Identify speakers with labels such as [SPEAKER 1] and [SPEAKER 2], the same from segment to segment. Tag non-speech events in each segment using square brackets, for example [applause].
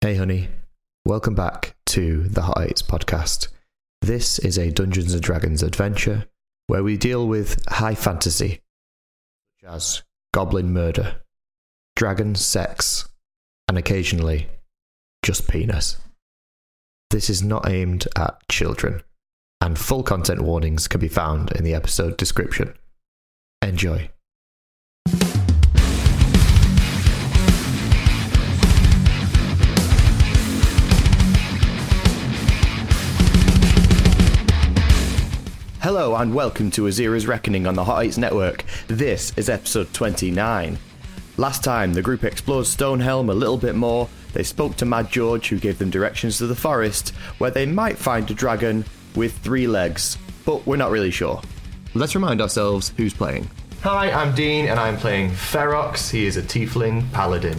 [SPEAKER 1] Hey, honey. Welcome back to the Hot Eights podcast. This is a Dungeons and Dragons adventure where we deal with high fantasy, such as goblin murder, dragon sex, and occasionally just penis. This is not aimed at children, and full content warnings can be found in the episode description. Enjoy. Hello and welcome to Azira's Reckoning on the Hot Eights Network. This is episode 29. Last time, the group explored Stonehelm a little bit more. They spoke to Mad George, who gave them directions to the forest, where they might find a dragon with three legs, but we're not really sure. Let's remind ourselves who's playing. Hi, I'm Dean, and I'm playing Ferox. He is a tiefling paladin.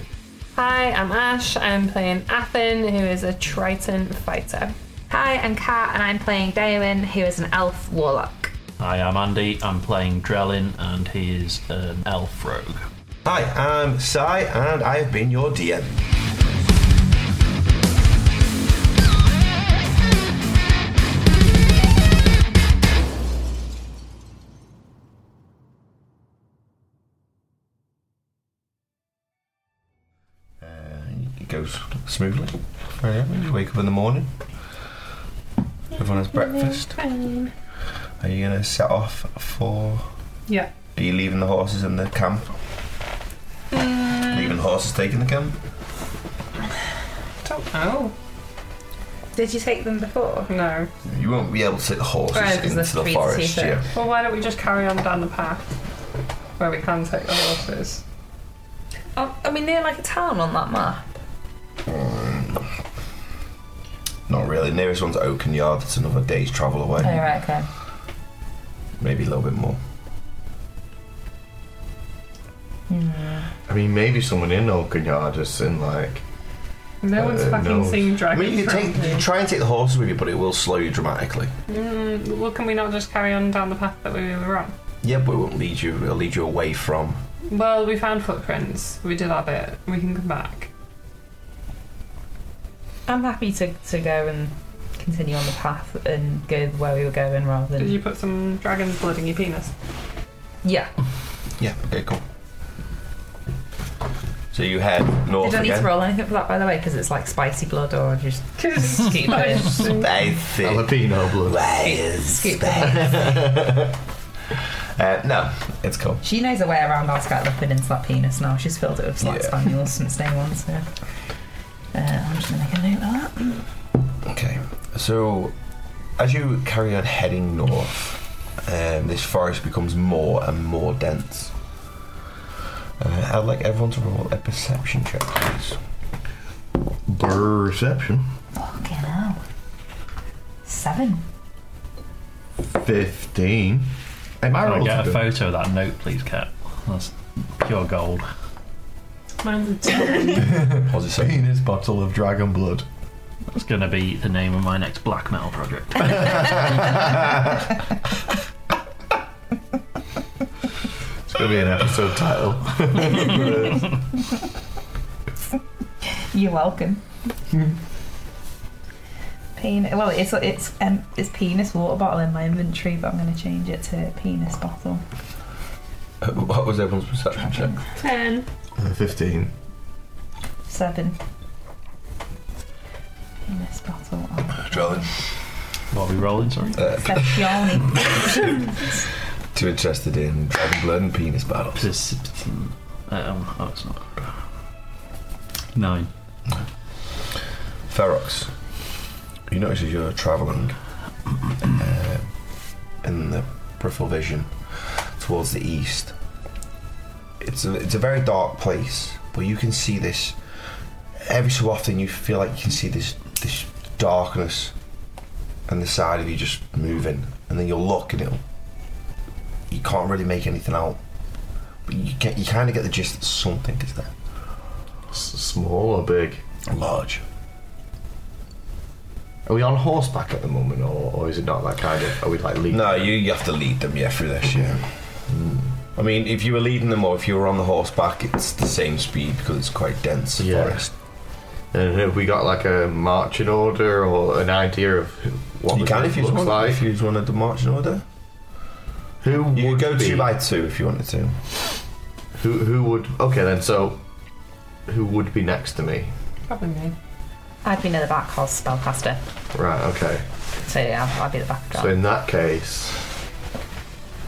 [SPEAKER 2] Hi, I'm Ash. I'm playing Athen, who is a Triton fighter.
[SPEAKER 3] Hi, I'm Kat, and I'm playing Damon, who is an elf warlock.
[SPEAKER 4] Hi, I'm Andy. I'm playing Drellin, and he is an elf rogue.
[SPEAKER 5] Hi, I'm Sai, and I have been your DM. Uh, It goes smoothly. Very average. Wake up in the morning. Everyone has breakfast. Are you going to set off for?
[SPEAKER 2] Yeah.
[SPEAKER 5] Are you leaving the horses in the camp?
[SPEAKER 3] Uh,
[SPEAKER 5] Leaving the horses taking the camp?
[SPEAKER 2] Don't know.
[SPEAKER 3] Did you take them before?
[SPEAKER 2] No.
[SPEAKER 5] You won't be able to take the horses
[SPEAKER 3] Right, 'cause
[SPEAKER 5] into
[SPEAKER 3] the
[SPEAKER 5] the
[SPEAKER 3] streets
[SPEAKER 5] forest.
[SPEAKER 3] here.
[SPEAKER 5] Yeah.
[SPEAKER 2] Well, why don't we just carry on down the path where we can take the horses?
[SPEAKER 3] Oh, I mean, they're like a town on that map.
[SPEAKER 5] Not really. Nearest one's Oaken Yard. That's another day's travel away.
[SPEAKER 3] Oh, right, okay.
[SPEAKER 5] Maybe a little bit more.
[SPEAKER 3] Hmm.
[SPEAKER 6] I mean, maybe someone in Oakenyard is in like.
[SPEAKER 2] No
[SPEAKER 6] Uh,
[SPEAKER 2] one's fucking
[SPEAKER 6] no.
[SPEAKER 2] seen
[SPEAKER 5] I
[SPEAKER 2] dragons.
[SPEAKER 5] mean, you can
[SPEAKER 2] around
[SPEAKER 5] take, you
[SPEAKER 2] here.
[SPEAKER 5] can try and take the horses with you, but it will slow you dramatically.
[SPEAKER 2] Mm, well, can we not just carry on down the path that we were on?
[SPEAKER 5] Yeah, but it won't lead you. It'll lead you away from.
[SPEAKER 2] Well, we found footprints. We did our bit. We can come back.
[SPEAKER 3] I'm happy to, to go and continue on the path and go where we were going rather
[SPEAKER 2] Did
[SPEAKER 3] than.
[SPEAKER 2] you put some dragon's blood in your penis?
[SPEAKER 3] Yeah.
[SPEAKER 5] Yeah. Okay. Cool. So you head north
[SPEAKER 3] Did I need to
[SPEAKER 5] again.
[SPEAKER 3] roll anything for that, by the way? Because it's like spicy blood, or just scoop it.
[SPEAKER 5] I think.
[SPEAKER 6] Jalapeno blood.
[SPEAKER 5] Wales.
[SPEAKER 3] Scoop it.
[SPEAKER 5] Uh, no, it's cool.
[SPEAKER 3] She knows her way around our scout liquid into that penis now. She's filled it with slat
[SPEAKER 5] Yeah.
[SPEAKER 3] spaniels since day one, so. Uh, I'm just gonna make a note of that.
[SPEAKER 5] Okay, so as you carry on heading north, um, this forest becomes more and more dense. Uh, I'd like everyone to roll a perception check, please.
[SPEAKER 6] Perception.
[SPEAKER 3] Fucking hell. Seven.
[SPEAKER 6] 15. Am I
[SPEAKER 4] Can I
[SPEAKER 6] rolling?
[SPEAKER 4] get
[SPEAKER 6] to
[SPEAKER 4] a
[SPEAKER 6] do?
[SPEAKER 4] photo of that note, please, Kat? That's pure gold.
[SPEAKER 2] Mine's a ten.
[SPEAKER 5] Pause it so-
[SPEAKER 6] Penis bottle of dragon blood.
[SPEAKER 4] That's going to be the name of my next blackmail project.
[SPEAKER 6] It's going to be an episode
[SPEAKER 1] [laughs]
[SPEAKER 6] title.
[SPEAKER 3] You're welcome.
[SPEAKER 5] [laughs]
[SPEAKER 3] Penis. Well, it's it's um, it's penis water bottle in my inventory, but I'm going to change it to penis bottle.
[SPEAKER 5] Uh, [laughs] What was everyone's perception check?
[SPEAKER 2] ten.
[SPEAKER 6] Uh, 15.
[SPEAKER 3] Seven. Penis bottle. Oh,
[SPEAKER 5] Drellin.
[SPEAKER 4] what are we rolling, sorry?
[SPEAKER 3] Sezioni.
[SPEAKER 5] Too interested in dragon blood and penis battles.
[SPEAKER 4] Pers- um, oh, it's not. Nine.
[SPEAKER 5] Ferox, you notice as you're travelling uh, in the peripheral vision towards the east, it's a, it's a very dark place, but you can see this. Every so often, you feel like you can see this this darkness, and the side of you just moving, and then you'll look and it'll. You can't really make anything out, but you get you kind of get the gist that something is there.
[SPEAKER 6] S- small or big?
[SPEAKER 5] Large.
[SPEAKER 6] Are we on horseback at the moment, or, or is it not that kind of. Are we like leaping?
[SPEAKER 5] No, you, you have to lead them, yeah, through this, yeah. Mm. I mean, if you were leading them or if you were on the horseback, it's the same speed because it's quite dense
[SPEAKER 6] Yeah.
[SPEAKER 5] forest.
[SPEAKER 1] And have we got like a marching order or an idea of who- what
[SPEAKER 5] you
[SPEAKER 1] the
[SPEAKER 5] can
[SPEAKER 1] group
[SPEAKER 5] if you
[SPEAKER 1] looks
[SPEAKER 5] want.
[SPEAKER 1] like?
[SPEAKER 5] If you just wanted to march in order,
[SPEAKER 1] Who
[SPEAKER 5] you
[SPEAKER 1] would
[SPEAKER 5] could go
[SPEAKER 1] be,
[SPEAKER 5] two by two if you wanted to.
[SPEAKER 1] who who would? Okay, then so who would be next to me?
[SPEAKER 7] Probably me.
[SPEAKER 3] I'd be near the back cause spellcaster.
[SPEAKER 1] Right. Okay.
[SPEAKER 3] So yeah, I'd be at the back of
[SPEAKER 1] So in that case,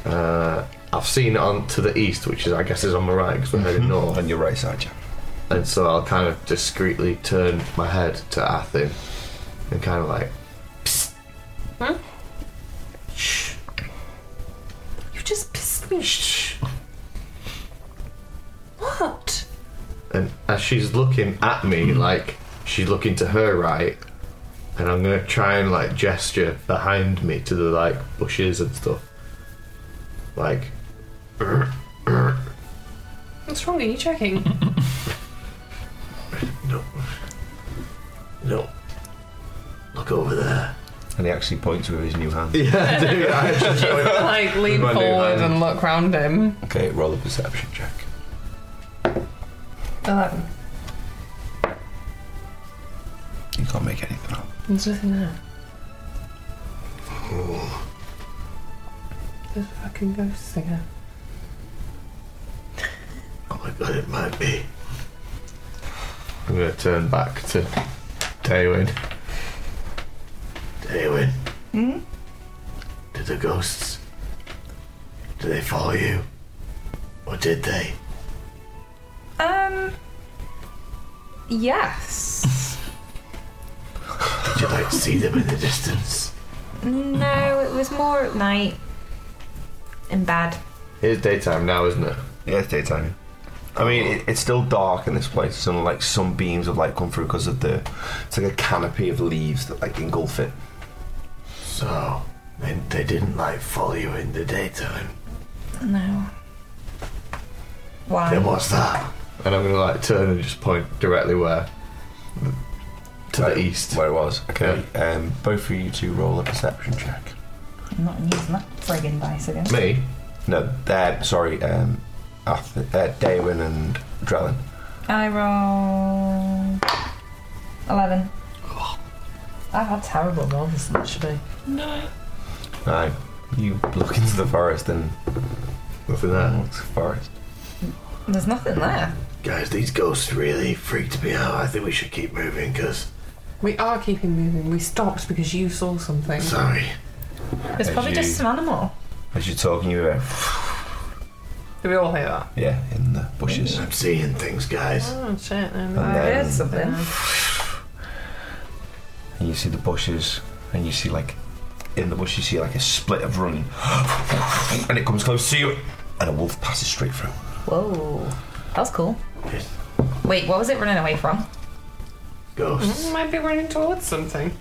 [SPEAKER 1] uh, I've seen it on to the east, which is I guess is on my right because we're heading north.
[SPEAKER 5] On your right side, yeah.
[SPEAKER 1] And so I'll kind of discreetly turn my head to Athen and kind of like,
[SPEAKER 3] You just pissed me. What?
[SPEAKER 1] and as she's looking at me, like she's looking to her right, and I'm gonna try and like gesture behind me to the like bushes and stuff, like [clears throat]
[SPEAKER 7] What's wrong? Are you
[SPEAKER 5] [laughs]
[SPEAKER 7] checking?
[SPEAKER 1] no, look over there. [laughs]
[SPEAKER 5] And he actually points with his new hand.
[SPEAKER 1] Yeah, I do. I actually point-
[SPEAKER 7] like lean
[SPEAKER 1] My new
[SPEAKER 7] forward
[SPEAKER 1] hand.
[SPEAKER 7] and look round him.
[SPEAKER 5] Okay, roll a perception check.
[SPEAKER 3] Eleven.
[SPEAKER 5] You can't make anything up.
[SPEAKER 7] There's
[SPEAKER 1] [sighs]
[SPEAKER 7] nothing there. There's a fucking ghost singer.
[SPEAKER 1] Oh my god, it might be. I'm gonna turn back to Daywin. Daywin.
[SPEAKER 3] Hmm?
[SPEAKER 1] Do the ghosts? Do they follow you? Or did they?
[SPEAKER 3] Um. Yes.
[SPEAKER 1] Did you like see them in the distance?
[SPEAKER 3] no, it was more at night. In bed.
[SPEAKER 1] It is daytime now, isn't it?
[SPEAKER 5] Yeah, it's daytime. I mean, it, it's still dark in this place, and like some beams of light come through because of the. It's like a canopy of leaves that like engulf it.
[SPEAKER 1] So they, they didn't like follow you in the daytime.
[SPEAKER 3] No. Why?
[SPEAKER 1] Then what's that? And I'm gonna like turn and just point directly where? To
[SPEAKER 5] Right,
[SPEAKER 1] the east.
[SPEAKER 5] Where it was. Okay. Um, both of you two roll a perception check.
[SPEAKER 3] I'm not using that friggin' dice again.
[SPEAKER 1] Me?
[SPEAKER 5] No, uh, sorry, um, Arthur, uh, Daywin and Drellin.
[SPEAKER 3] I roll eleven. I've had terrible rolls actually.
[SPEAKER 5] Aye. You look into the forest and
[SPEAKER 1] Nothing
[SPEAKER 5] that
[SPEAKER 1] there.
[SPEAKER 5] looks forest.
[SPEAKER 3] There's nothing there.
[SPEAKER 1] Guys, these ghosts really freaked me out. I think we should keep moving because,
[SPEAKER 7] We are keeping moving. We stopped because you saw something.
[SPEAKER 1] sorry,
[SPEAKER 3] It's
[SPEAKER 5] As
[SPEAKER 3] probably
[SPEAKER 5] you-
[SPEAKER 3] just an animal.
[SPEAKER 5] As you're talking, you hear,
[SPEAKER 7] Do we all hear that?
[SPEAKER 5] yeah, in the bushes.
[SPEAKER 1] I'm seeing things, guys.
[SPEAKER 7] Oh shit!
[SPEAKER 5] And
[SPEAKER 7] No.
[SPEAKER 3] I heard
[SPEAKER 5] then
[SPEAKER 3] something.
[SPEAKER 5] and you see the bushes, and you see like in the bush, you see like a split of running, [gasps] and it comes close to you, and a wolf passes straight through.
[SPEAKER 3] Whoa, that was cool.
[SPEAKER 1] Yes.
[SPEAKER 3] Wait, what was it running away from?
[SPEAKER 1] Ghosts.
[SPEAKER 7] Might be running towards something.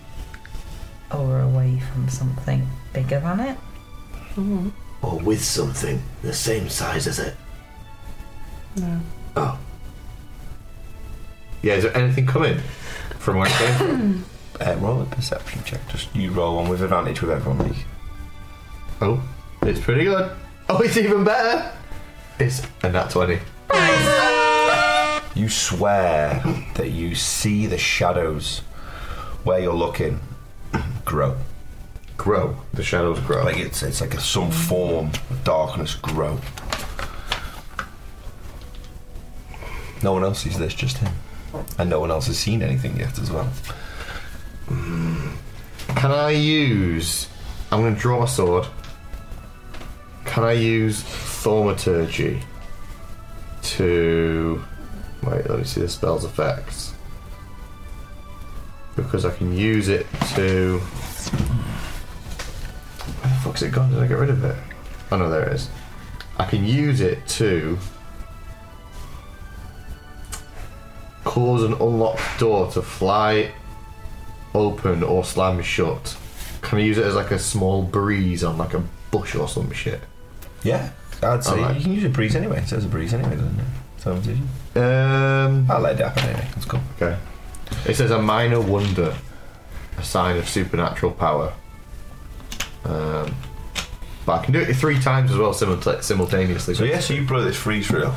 [SPEAKER 3] Or away from something bigger than it?
[SPEAKER 1] Or with something the same size as it.
[SPEAKER 7] No.
[SPEAKER 1] Oh. Yeah, is there anything coming from where it came from?
[SPEAKER 5] Uh, roll a perception check. Just you roll one with advantage with everyone. Lee.
[SPEAKER 1] Oh, it's pretty good. Oh, it's even better. It's a nat 20.
[SPEAKER 5] You swear that you see the shadows where you're looking [clears throat] grow.
[SPEAKER 1] Grow. The shadows grow.
[SPEAKER 5] Like it's it's like a, some form of darkness grow. No one else sees this, just him. And no one else has seen anything yet as well.
[SPEAKER 1] Can I use. I'm going to draw my sword. Can I use Thaumaturgy to. Wait, let me see the spell's effects. Because I can use it to. Where the fuck's it gone? Did I get rid of it? Oh no, there it is. I can use it to. Cause an unlocked door to fly open or slam shut. Can I use it as like a small breeze on like a bush or some shit?
[SPEAKER 5] Yeah, I'd say
[SPEAKER 1] Alright.
[SPEAKER 5] you can use a breeze anyway. It says a breeze anyway, doesn't it? So did you?
[SPEAKER 1] Um.
[SPEAKER 5] I'll let it happen anyway. It's cool.
[SPEAKER 1] Okay. It says a minor wonder, a sign of supernatural power. Um, but I can do it three times as well, simulta- simultaneously.
[SPEAKER 5] So yeah, so you blow this freeze through,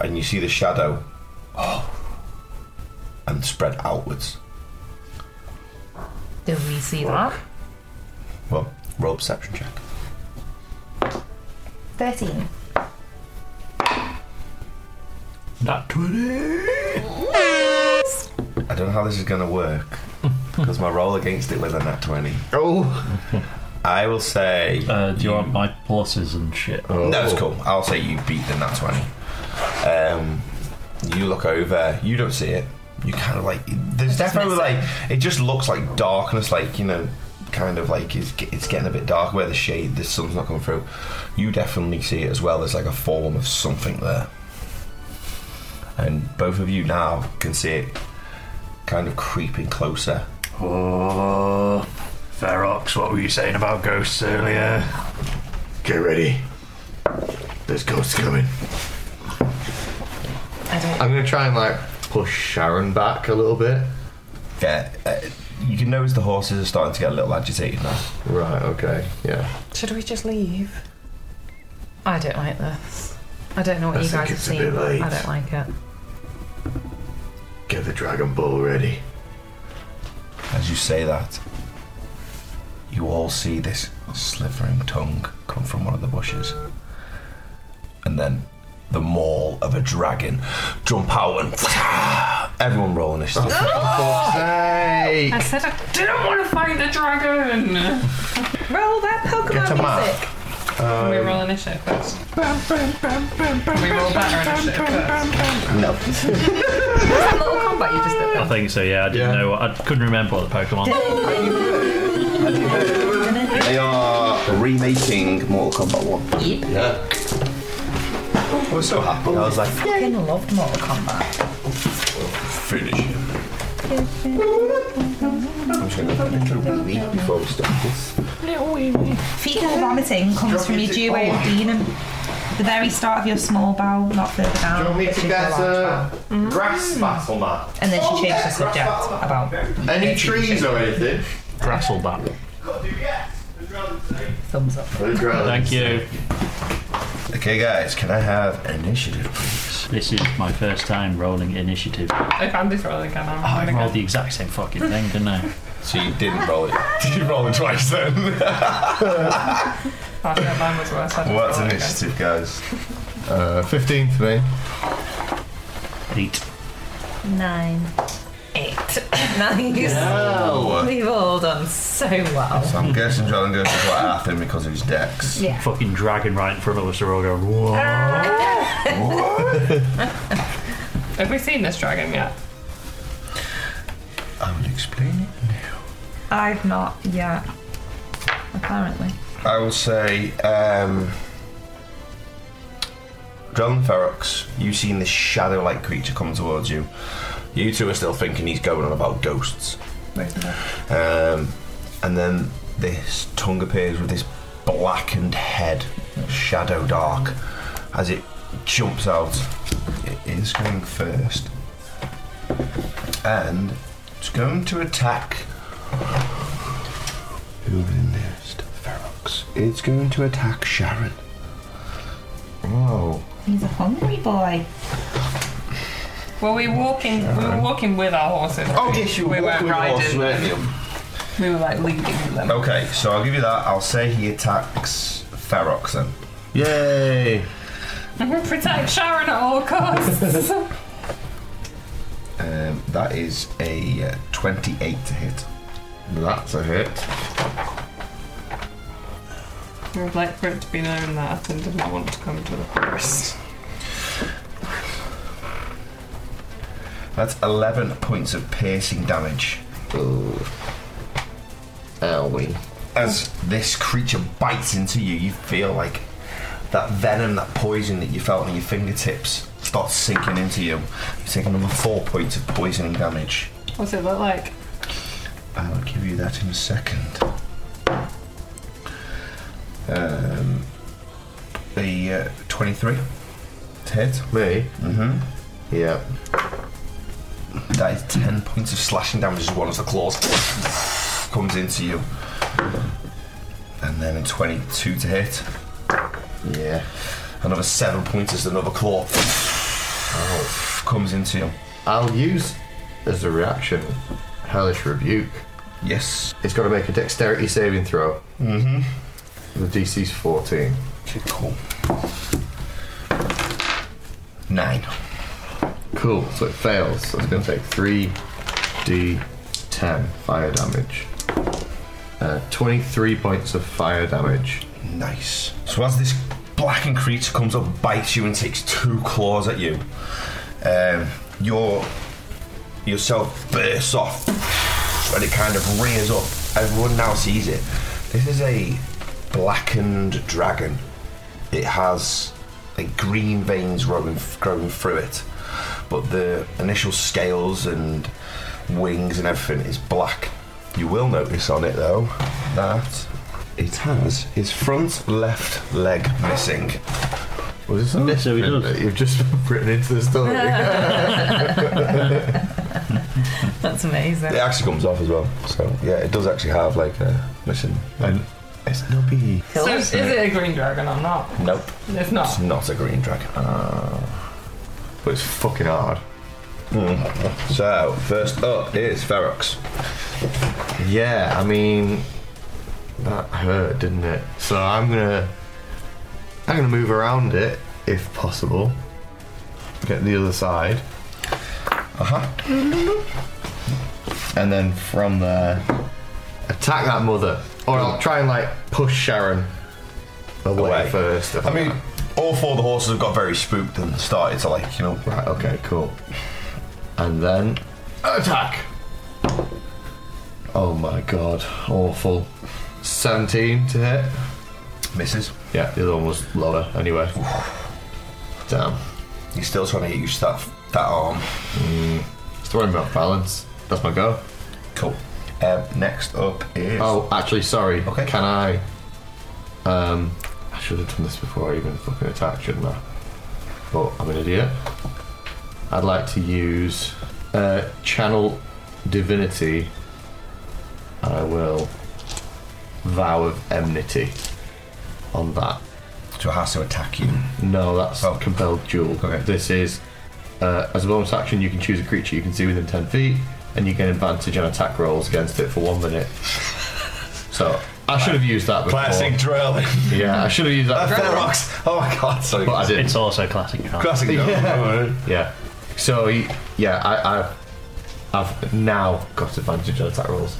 [SPEAKER 5] and you see the shadow oh, and spread outwards.
[SPEAKER 3] Do we see that?
[SPEAKER 5] Well, roll perception check.
[SPEAKER 3] 13.
[SPEAKER 4] Not 20!
[SPEAKER 5] I don't know how this is going to work because my roll against it was a nat 20.
[SPEAKER 1] Oh,
[SPEAKER 5] I will say.
[SPEAKER 4] Uh, do you want my pluses and shit?
[SPEAKER 5] No, it's cool. I'll say you beat the nat 20. Um, you look over, you don't see it. You kind of like. There's definitely like. It just looks like darkness, like, you know, kind of like it's, ge- it's getting a bit dark where the shade, the sun's not coming through. You definitely see it as well. There's like a form of something there. And both of you now can see it kind of creeping closer.
[SPEAKER 8] Oh, Ferox, what were you saying about ghosts earlier?
[SPEAKER 1] get ready. There's ghosts coming.
[SPEAKER 3] I don't.
[SPEAKER 1] I'm gonna try and like push Sharon back a little bit.
[SPEAKER 5] Yeah, uh, you can notice the horses are starting to get a little agitated now.
[SPEAKER 1] Right. Okay. Yeah.
[SPEAKER 7] Should we just leave? I don't like this. I don't know what
[SPEAKER 1] I
[SPEAKER 7] you
[SPEAKER 1] think
[SPEAKER 7] guys have
[SPEAKER 1] it's a
[SPEAKER 7] seen.
[SPEAKER 1] bit late.
[SPEAKER 7] I don't like it.
[SPEAKER 1] Get the Dragon Ball ready.
[SPEAKER 5] As you say that, you all see this slithering tongue come from one of the bushes. And then the maul of a dragon jump out and [sniffs] everyone rolling this.
[SPEAKER 7] I said I didn't want to fight the dragon.
[SPEAKER 3] Roll that Pokemon
[SPEAKER 5] Get a map.
[SPEAKER 3] music!
[SPEAKER 7] we roll initiative first. we roll better initiative first.
[SPEAKER 5] No.
[SPEAKER 3] That little combat you just did
[SPEAKER 4] I
[SPEAKER 3] there.
[SPEAKER 4] think so, yeah. I didn't
[SPEAKER 1] Yeah.
[SPEAKER 4] know. What, I couldn't remember what the Pokemon.
[SPEAKER 5] They are remaking Mortal Kombat 1.
[SPEAKER 3] Yep.
[SPEAKER 5] Yeah. I was so happy. I was like,
[SPEAKER 3] Fucking loved Mortal Kombat.
[SPEAKER 5] finish him. I'm just gonna put a little wee before we start this.
[SPEAKER 3] Fecal vomiting comes from your due way of being and the very start of your small bowel, not further down.
[SPEAKER 1] Do you want me
[SPEAKER 3] which
[SPEAKER 1] to
[SPEAKER 3] is
[SPEAKER 1] get
[SPEAKER 3] your large
[SPEAKER 1] a grass battle map?
[SPEAKER 3] bowel. And then she changed the subject about
[SPEAKER 1] Any trees or anything?
[SPEAKER 4] Grasselbat.
[SPEAKER 3] thumbs up.
[SPEAKER 4] Thank you.
[SPEAKER 5] Okay, guys, can I have initiative, please?
[SPEAKER 4] This is my first time rolling initiative.
[SPEAKER 7] If Andy's rolling, can I?
[SPEAKER 4] Oh, I rolled the exact same fucking thing, didn't [laughs] I?
[SPEAKER 5] So you didn't roll it. [laughs] Did you roll it twice then?
[SPEAKER 7] Oh, yeah, mine was worse. I didn't
[SPEAKER 5] What's
[SPEAKER 7] roll it,
[SPEAKER 5] initiative, guys?
[SPEAKER 1] Uh, 15 for me.
[SPEAKER 4] Eight.
[SPEAKER 3] Nine. Eight. Nice. Oh, We've all done so well.
[SPEAKER 5] Oh, uh, So I'm guessing John goes for Athen because of his
[SPEAKER 3] [laughs]
[SPEAKER 5] dex.
[SPEAKER 3] Yeah.
[SPEAKER 4] Fucking dragon right in front of us. They're all going, whoa.
[SPEAKER 7] Have we seen this dragon yet?
[SPEAKER 5] I will explain it.
[SPEAKER 3] I've not yet. Apparently.
[SPEAKER 5] I will say, um. John Ferox, you've seen this shadow like creature come towards you. You two are still thinking he's going on about ghosts. Um, and then this tongue appears with this blackened head, shadow dark, as it jumps out. It is going first. And it's going to attack. Who would be nearest? Ferox. It's going to attack Sharon. Oh.
[SPEAKER 3] He's a hungry boy.
[SPEAKER 7] Well, we were walking. We were walking with our horses.
[SPEAKER 1] Oh,
[SPEAKER 7] right? We weren't riding. We were like leading them. [laughs]
[SPEAKER 5] Okay, so I'll give you that. I'll say he attacks Ferox then.
[SPEAKER 1] Yay!
[SPEAKER 7] And we'll protect Sharon at all [laughs] costs.
[SPEAKER 5] Um, that is a uh, 28 to hit.
[SPEAKER 1] That's a hit.
[SPEAKER 7] I would like for it to be known that Athen did not want to come to the forest.
[SPEAKER 5] That's 11 points of piercing damage
[SPEAKER 1] Owie.
[SPEAKER 5] as this creature bites into you. You feel like that venom, that poison that you felt on your fingertips starts sinking into you. You take another 4 points of poisoning damage.
[SPEAKER 7] What's it look like?
[SPEAKER 5] I'll give you that in a second. Um, the uh, 23 to hit.
[SPEAKER 1] Me?
[SPEAKER 5] Mm-hmm.
[SPEAKER 1] Yeah.
[SPEAKER 5] That is 10 points of slashing damage as well as the claws comes into you. And then a 22 to hit.
[SPEAKER 1] Yeah.
[SPEAKER 5] Another 7 points as another claw comes into you.
[SPEAKER 1] I'll use as a reaction, Hellish Rebuke.
[SPEAKER 5] Yes.
[SPEAKER 1] It's got to make a dexterity saving throw.
[SPEAKER 5] Mm-hmm.
[SPEAKER 1] The DC's 14.
[SPEAKER 5] Okay, cool. Nine.
[SPEAKER 1] Cool, so it fails. So it's going to take 3d10 fire damage. Uh, 23 points of fire damage.
[SPEAKER 5] Nice. So as this blackened creature comes up, bites you, and takes two claws at you, um, your yourself bursts off, and it kind of rears up. Everyone now sees it. This is a blackened dragon. It has like green veins growing, growing through it, but the initial scales and wings and everything is black. You will notice on it though that it has his front left leg missing.
[SPEAKER 1] Was this a
[SPEAKER 4] he
[SPEAKER 1] misprint
[SPEAKER 4] does.
[SPEAKER 1] that You've
[SPEAKER 5] [laughs]
[SPEAKER 1] just written into the story.
[SPEAKER 3] That's amazing.
[SPEAKER 5] It actually comes off as well. So yeah, it does actually have like a missing. And it's nubby.
[SPEAKER 7] So is it a green dragon or not?
[SPEAKER 5] Nope,
[SPEAKER 7] It's
[SPEAKER 5] it's
[SPEAKER 7] not.
[SPEAKER 5] not a green dragon.
[SPEAKER 1] Ah. but it's fucking hard.
[SPEAKER 5] Hmm. So first up is Ferox.
[SPEAKER 1] Yeah, I mean that hurt, didn't it? So I'm gonna I'm gonna move around it if possible. Get the other side. Uh-huh. And then from there attack that mother. Or I'll try and like push Sharon away,
[SPEAKER 5] Away.
[SPEAKER 1] first. if
[SPEAKER 5] I mean, all four of the horses have got very spooked and started to like you know.
[SPEAKER 1] Right, okay, cool. And then attack. Oh my god, awful. 17 to hit.
[SPEAKER 5] Misses.
[SPEAKER 1] Yeah, the other one was lower anyway. Damn.
[SPEAKER 5] He's still trying to get used to that that arm.
[SPEAKER 1] It's throwing me off balance. That's my go.
[SPEAKER 5] Cool. Um, next up is
[SPEAKER 1] Oh, actually, sorry.
[SPEAKER 5] Okay.
[SPEAKER 1] Can I? Um, I should have done this before I even fucking attacked, shouldn't I? But I'm an idiot. I'd like to use uh, Channel Divinity, and I will Vow of Enmity on that.
[SPEAKER 5] so it has to attack you.
[SPEAKER 1] No, that's
[SPEAKER 5] Oh.
[SPEAKER 1] compelled duel.
[SPEAKER 5] Okay.
[SPEAKER 1] This is uh, as a bonus action, you can choose a creature you can see within ten feet, and you gain advantage on attack rolls against it for one minute. So I should have used that before.
[SPEAKER 5] Classic [laughs] drill.
[SPEAKER 1] Yeah, I should have used that. before,
[SPEAKER 5] Ferox.
[SPEAKER 1] [laughs]
[SPEAKER 5] Oh my god. Sorry.
[SPEAKER 1] but I didn't.
[SPEAKER 4] It's also classic. Charles.
[SPEAKER 5] Classic Oh, drill.
[SPEAKER 1] Yeah. So he- yeah, I, I've I've now got advantage on attack rolls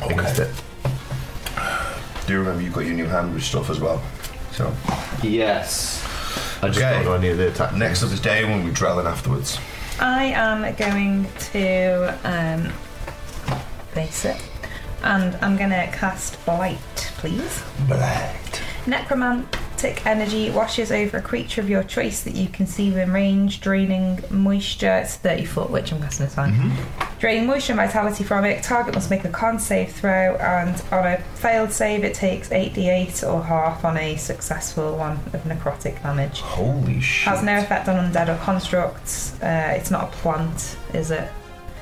[SPEAKER 1] against it.
[SPEAKER 5] Do remember you've got your new hand with stuff as well. So
[SPEAKER 1] Yes. I just
[SPEAKER 5] Okay.
[SPEAKER 1] don't know any of the attack.
[SPEAKER 5] next up is day when we drilling afterwards.
[SPEAKER 3] I am going to um, base it, and I'm gonna cast blight, please.
[SPEAKER 5] Blacked.
[SPEAKER 3] Necromantic energy washes over a creature of your choice that you can see within range, draining moisture. It's 30 foot, which I'm guessing is fine.
[SPEAKER 5] Mm-hmm.
[SPEAKER 3] Draining moisture and vitality from it. Target must make a con save throw, and on a failed save, it takes 8d8 or half on a successful one of necrotic damage.
[SPEAKER 5] Holy shit.
[SPEAKER 3] Has no effect on undead or constructs. Uh, it's not a plant, is it?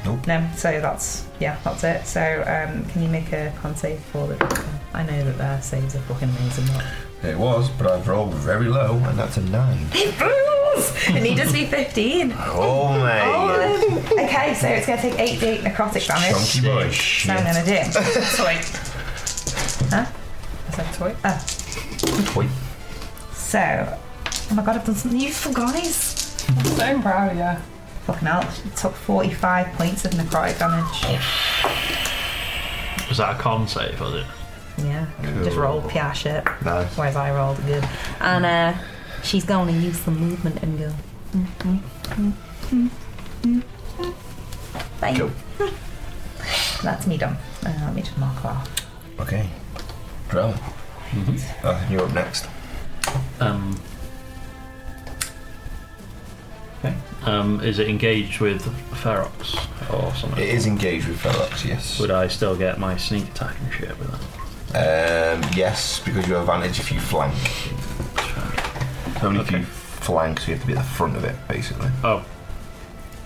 [SPEAKER 5] Nope.
[SPEAKER 3] No. So that's yeah, that's it. So um, can you make a con save for the? victim? I know that their saves are fucking amazing. Not
[SPEAKER 5] It was, but I've rolled very low, and that's a nine.
[SPEAKER 3] it rules. It needs to
[SPEAKER 5] [laughs]
[SPEAKER 3] be fifteen.
[SPEAKER 5] Oh mate.
[SPEAKER 3] okay, so it's gonna take eighty-eight necrotic damage.
[SPEAKER 5] Chunky boy.
[SPEAKER 3] So
[SPEAKER 5] Shit.
[SPEAKER 3] I'm gonna do.
[SPEAKER 5] [laughs]
[SPEAKER 3] Toy. Huh? Is that toy? Oh.
[SPEAKER 5] Toy.
[SPEAKER 3] So, oh my god, I've done something useful, guys.
[SPEAKER 7] So proud of you.
[SPEAKER 3] Fucking hell, it took 45 points of necrotic damage.
[SPEAKER 5] Oh.
[SPEAKER 4] Was that a con save, was it?
[SPEAKER 3] Yeah, just rolled PR shit.
[SPEAKER 1] Nice.
[SPEAKER 3] Whereas I rolled good. And uh, she's going to use some movement and go. "Mm, mm, mm, mm, mm, mm." Bye.
[SPEAKER 5] Go.
[SPEAKER 3] [laughs] That's me done. Uh, let me just mark that off.
[SPEAKER 5] Okay. Drill. Uh, you're up next.
[SPEAKER 4] Um, okay. Um, is it engaged with Ferox or something?
[SPEAKER 5] It is engaged with Ferox, yes.
[SPEAKER 4] Would I still get my sneak attack and shit with that?
[SPEAKER 5] Um, yes, because you have advantage if you flank. Only if you flank, so you have to be at the front of it, basically.
[SPEAKER 4] Oh,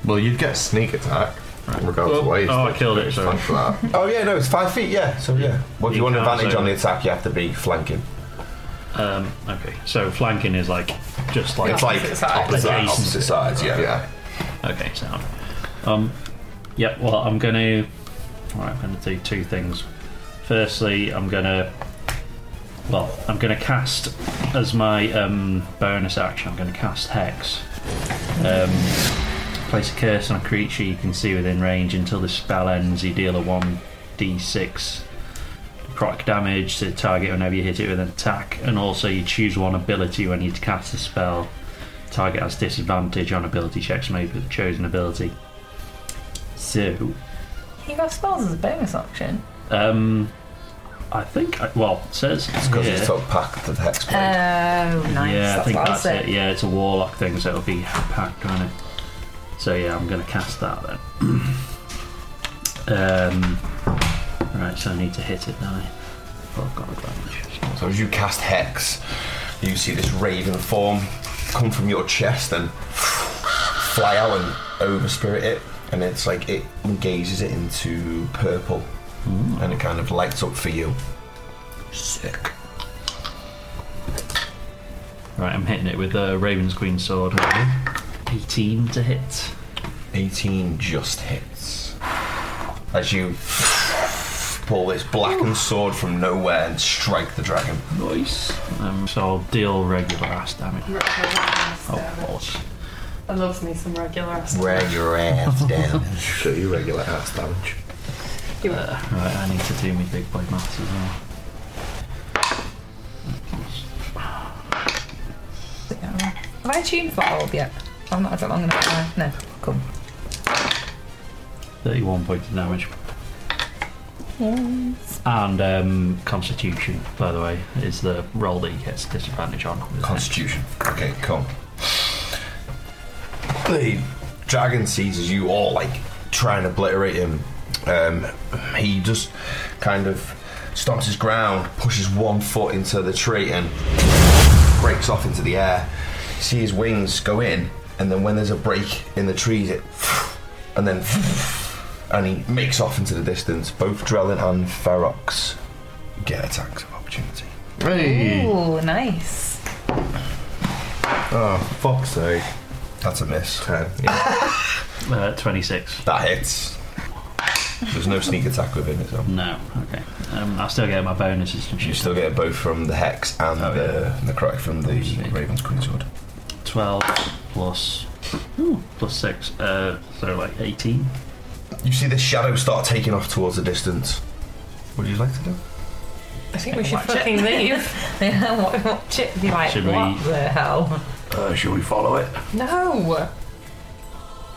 [SPEAKER 1] Well, you'd get sneak attack. Regardless of
[SPEAKER 4] Oh,
[SPEAKER 1] ways.
[SPEAKER 4] oh, I killed it, sorry.
[SPEAKER 1] Thanks for that.
[SPEAKER 5] Oh yeah, no, it's five feet. Yeah, so yeah. Well, if you,
[SPEAKER 4] You
[SPEAKER 5] want
[SPEAKER 4] can't
[SPEAKER 5] advantage
[SPEAKER 4] say-
[SPEAKER 5] on the attack, you have to be flanking.
[SPEAKER 4] um, okay. So flanking is like just like
[SPEAKER 5] It's like
[SPEAKER 7] Opposite sides.
[SPEAKER 5] [laughs] opposite sides. Yeah.
[SPEAKER 1] Yeah.
[SPEAKER 4] Okay, sound. Um, Yep. Well, I'm gonna. Right, I'm gonna do two things. Firstly, I'm gonna. Well, I'm gonna cast as my um, bonus action. I'm gonna cast hex. Um, place a curse on a creature you can see within range until the spell ends. You deal a one d6 proc damage to the target whenever you hit it with an attack, and also you choose one ability when you cast a spell. Target has disadvantage on ability checks made with the chosen ability. So,
[SPEAKER 3] You got spells as a bonus action.
[SPEAKER 4] um, I think I, well, it says
[SPEAKER 5] because
[SPEAKER 4] here-
[SPEAKER 5] it's took packed of hex
[SPEAKER 3] Oh,
[SPEAKER 5] blade.
[SPEAKER 7] Uh,
[SPEAKER 3] nice.
[SPEAKER 4] yeah,
[SPEAKER 3] that's
[SPEAKER 4] I think
[SPEAKER 3] what
[SPEAKER 4] that's it.
[SPEAKER 3] said.
[SPEAKER 4] Yeah, it's a warlock thing, so it'll be packed on it. So yeah, I'm gonna cast that then. [clears throat] um, right, so I need to hit it now. Oh, I've got advantage.
[SPEAKER 5] So as you cast hex, you see this raven form come from your chest and fly out and overspirit it, and it's like it engages it into purple, and it kind of lights up for you. Sick.
[SPEAKER 4] Right, I'm hitting it with a Raven's Queen sword. 18 to hit.
[SPEAKER 5] 18 just hits. As you pull this blackened sword from nowhere and strike the dragon.
[SPEAKER 4] Nice. Um, so I'll deal regular ass damage. Oh, of course.
[SPEAKER 7] I love me some regular ass.
[SPEAKER 5] Wear your ass down.
[SPEAKER 1] [laughs] Show you regular ass damage.
[SPEAKER 4] Uh, right, I need to do my big boy maths as well.
[SPEAKER 3] Have I tuned for orb yet? I'm not, I don't know. I'm gonna, no, [laughs] cool.
[SPEAKER 4] 31 points of damage. And um, Constitution, by the way, is the roll that he gets disadvantage on. isn't it?
[SPEAKER 5] Constitution. Okay, come. The dragon seizes you all like trying to obliterate him. Um, he just kind of stomps his ground, pushes one foot into the tree, and breaks off into the air. You see his wings go in, and then when there's a break in the trees, it and then and he makes off into the distance. Both Drellin and Ferox get attacks of opportunity.
[SPEAKER 1] Hey!
[SPEAKER 3] Ooh, nice.
[SPEAKER 1] Oh, fuck's sake.
[SPEAKER 5] That's a miss.
[SPEAKER 1] Ten. Yeah.
[SPEAKER 4] Uh, 26.
[SPEAKER 5] That hits. There's no sneak attack within it, so.
[SPEAKER 4] No, okay. Um, I still get my bonuses and
[SPEAKER 5] You
[SPEAKER 4] shit.
[SPEAKER 5] still get both from the hex and
[SPEAKER 4] Oh,
[SPEAKER 5] the, the cry from the
[SPEAKER 4] Sick.
[SPEAKER 5] Raven's Queensword.
[SPEAKER 4] 12 plus, ooh, plus 6, uh, so like 18.
[SPEAKER 5] You see the shadow start taking off towards the distance. Would you like to do?
[SPEAKER 7] I think we should
[SPEAKER 3] Watch it.
[SPEAKER 7] fucking
[SPEAKER 3] [laughs]
[SPEAKER 7] leave.
[SPEAKER 3] Wa- Watch it. Be like,
[SPEAKER 4] Should we-
[SPEAKER 3] what the hell? [laughs]
[SPEAKER 8] Uh, should we follow it?
[SPEAKER 7] No.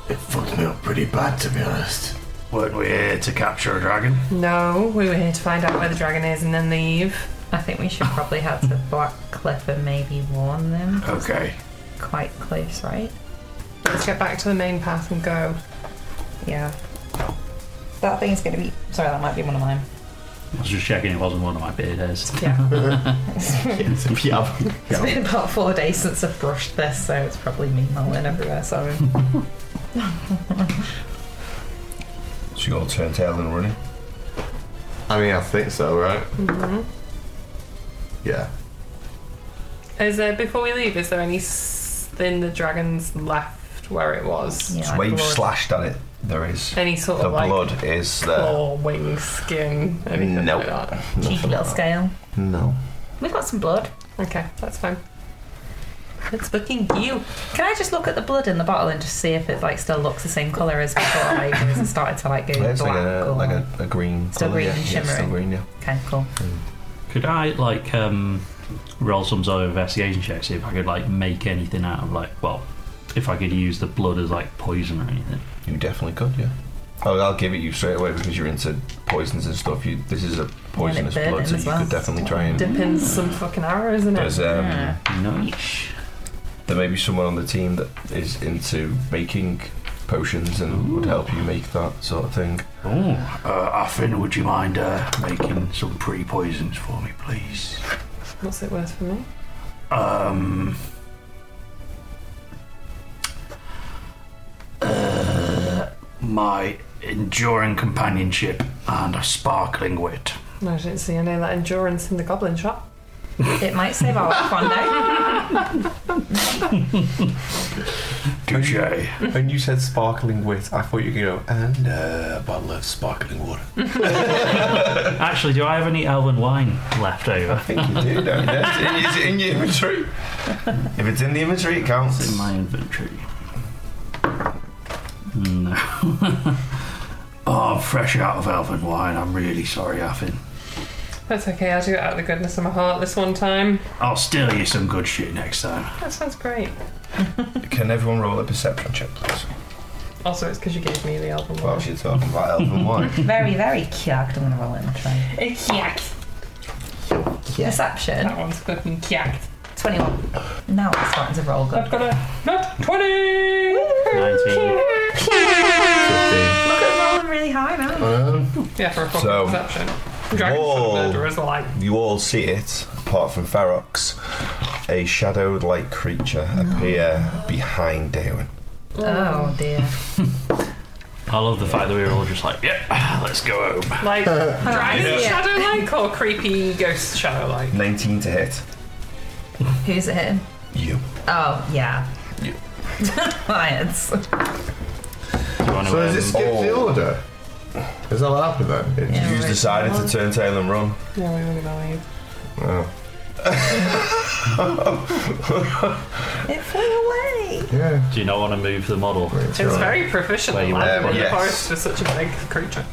[SPEAKER 1] It fucked me up pretty bad, to be honest.
[SPEAKER 8] Weren't we here to capture a dragon?
[SPEAKER 7] No, we were here to find out where the dragon is and then leave.
[SPEAKER 3] I think we should probably head to Black Cliff and maybe warn them.
[SPEAKER 8] Okay.
[SPEAKER 3] Quite close, right?
[SPEAKER 7] Let's get back to the main path and go.
[SPEAKER 3] Yeah. That thing's gonna be. Sorry, that might be one of mine.
[SPEAKER 4] I was just checking it wasn't one of my beard hairs.
[SPEAKER 3] Yeah.
[SPEAKER 1] It's a piab.
[SPEAKER 3] it's been about four days since I've brushed this, so it's probably me mulling everywhere. Sorry. [laughs]
[SPEAKER 5] So you all turn tail and running.
[SPEAKER 1] I mean, I think so, right? Mm-hmm. Yeah.
[SPEAKER 7] Is there, before we leave, is there anything the dragon's left where it was?
[SPEAKER 3] Yeah,
[SPEAKER 5] It's
[SPEAKER 3] I
[SPEAKER 5] where you
[SPEAKER 3] thought-
[SPEAKER 5] slashed at it. There is
[SPEAKER 7] Any sort
[SPEAKER 5] the
[SPEAKER 7] of like
[SPEAKER 5] blood is there.
[SPEAKER 7] claw, wing, skin, anything
[SPEAKER 5] No.
[SPEAKER 7] like that?
[SPEAKER 3] Cheeky
[SPEAKER 5] Nothing
[SPEAKER 3] little
[SPEAKER 5] like that.
[SPEAKER 3] scale.
[SPEAKER 5] No.
[SPEAKER 3] We've got some blood.
[SPEAKER 7] Okay, that's fine.
[SPEAKER 3] It's fucking you. Can I just look at the blood in the bottle and just see if it like still looks the same colour as before? Like, has [laughs] it started to like go
[SPEAKER 5] Yeah,
[SPEAKER 3] black
[SPEAKER 5] it's like a
[SPEAKER 3] or
[SPEAKER 5] like a, a green.
[SPEAKER 3] Still
[SPEAKER 5] colour,
[SPEAKER 3] green
[SPEAKER 5] yeah.
[SPEAKER 3] and
[SPEAKER 5] Yeah, it's still
[SPEAKER 3] shimmering.
[SPEAKER 5] green, yeah.
[SPEAKER 3] okay, cool.
[SPEAKER 4] Could I like um, roll some sort of investigation check see if I could like make anything out of like well, if I could use the blood as like poison or anything?
[SPEAKER 5] You definitely could, yeah. Oh, I'll give it you straight away because you're into poisons and stuff. You, this is a poisonous
[SPEAKER 3] burn
[SPEAKER 5] blood,
[SPEAKER 3] him
[SPEAKER 5] so
[SPEAKER 3] as
[SPEAKER 5] you
[SPEAKER 3] well.
[SPEAKER 5] could definitely try and.
[SPEAKER 7] Dip in some fucking arrows in it.
[SPEAKER 5] There's um,
[SPEAKER 3] Yeah.
[SPEAKER 4] Nice.
[SPEAKER 5] there may be someone on the team that is into making potions and would help you make that sort of [laughs] thing.
[SPEAKER 4] Oh,
[SPEAKER 8] Uh, Affin, would you mind uh, making some pre poisons for me, please?
[SPEAKER 7] What's it worth for me?
[SPEAKER 8] Um. uh, my enduring companionship and a sparkling wit.
[SPEAKER 7] No, I didn't see any of that endurance in the goblin shop.
[SPEAKER 3] [laughs] It might save our life one day.
[SPEAKER 8] Touche.
[SPEAKER 5] When you said sparkling wit, I thought you could go and uh, a bottle of sparkling water.
[SPEAKER 4] Actually, do I have any elven wine left over?
[SPEAKER 5] I think you do, don't you? Is it in your inventory? If it's in the inventory, it counts.
[SPEAKER 4] It's in my inventory. No. [laughs]
[SPEAKER 8] Oh, I'm fresh out of elven wine. I'm really sorry, Affin.
[SPEAKER 7] That's okay, I'll do it out of the goodness of my heart this one time.
[SPEAKER 8] I'll steal you some good shit next time.
[SPEAKER 7] That sounds great.
[SPEAKER 5] Can everyone roll a perception check, please?
[SPEAKER 7] Also, it's because you gave me the album.
[SPEAKER 5] Well, she's talking about elven wine.
[SPEAKER 3] Very, very cute. I'm going to roll it and try.
[SPEAKER 7] Kyak.
[SPEAKER 3] Deception.
[SPEAKER 7] That one's fucking kyak.
[SPEAKER 3] 21. Now it's starting to roll good.
[SPEAKER 7] I've got a nat 20!
[SPEAKER 4] 19.
[SPEAKER 3] Look at rolling really high now.
[SPEAKER 7] Yeah, for a fucking
[SPEAKER 5] So-
[SPEAKER 7] perception. Dragon's
[SPEAKER 5] Whoa.
[SPEAKER 7] Whoa. murderers are like,
[SPEAKER 5] You all see it, apart from Ferox, a shadowed-like creature appear behind Daewin.
[SPEAKER 3] Oh dear.
[SPEAKER 4] I love the fact that we were all just like, yeah, let's go
[SPEAKER 7] [laughs]
[SPEAKER 4] home.
[SPEAKER 7] like dragon
[SPEAKER 3] Yeah.
[SPEAKER 7] shadow like or creepy ghost shadow like?
[SPEAKER 5] 19 to hit.
[SPEAKER 3] Who's it hitting?
[SPEAKER 5] You.
[SPEAKER 3] Oh, yeah.
[SPEAKER 5] You.
[SPEAKER 3] [laughs] Lions.
[SPEAKER 4] Do you um, want to,
[SPEAKER 1] So is it skip the
[SPEAKER 5] oh.
[SPEAKER 1] order? Is that what happened then? It-
[SPEAKER 3] Yeah,
[SPEAKER 5] You've
[SPEAKER 3] right.
[SPEAKER 5] decided to turn tail and run.
[SPEAKER 7] Yeah, we really value.
[SPEAKER 1] oh.
[SPEAKER 3] It flew away.
[SPEAKER 1] Yeah.
[SPEAKER 4] do you not want to move the model?
[SPEAKER 7] It's very proficient
[SPEAKER 4] Where
[SPEAKER 7] at
[SPEAKER 4] you
[SPEAKER 7] landing
[SPEAKER 5] were,
[SPEAKER 7] in
[SPEAKER 5] yes.
[SPEAKER 7] the forest with such a big creature.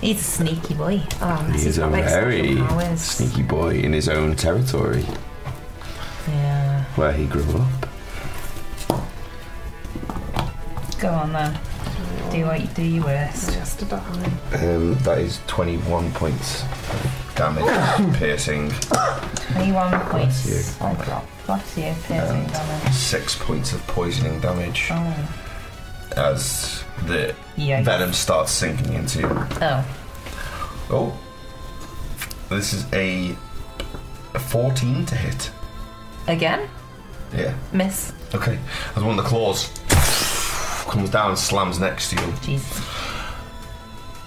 [SPEAKER 3] He's a sneaky boy. Oh, this
[SPEAKER 5] He's
[SPEAKER 3] is
[SPEAKER 5] a
[SPEAKER 3] what makes such
[SPEAKER 5] very
[SPEAKER 3] powers.
[SPEAKER 5] sneaky boy in his own territory,
[SPEAKER 3] Yeah.
[SPEAKER 5] where he grew up.
[SPEAKER 3] Go on then. Do what you do your worst.
[SPEAKER 7] Just a die.
[SPEAKER 5] Um, that is 21 points of
[SPEAKER 3] Oh. [laughs]
[SPEAKER 5] damage, piercing,
[SPEAKER 3] 21 points.
[SPEAKER 1] you.
[SPEAKER 3] Oh, God. Bless you. Piercing damage.
[SPEAKER 5] 6 points of poisoning damage
[SPEAKER 3] Oh.
[SPEAKER 5] as the
[SPEAKER 3] Yeah.
[SPEAKER 5] venom starts sinking into you.
[SPEAKER 3] Oh.
[SPEAKER 5] Oh. This is a 14 to hit.
[SPEAKER 3] Again?
[SPEAKER 5] Yeah.
[SPEAKER 3] Miss.
[SPEAKER 5] Okay. As one of the claws comes down and slams next to you.
[SPEAKER 3] Jesus.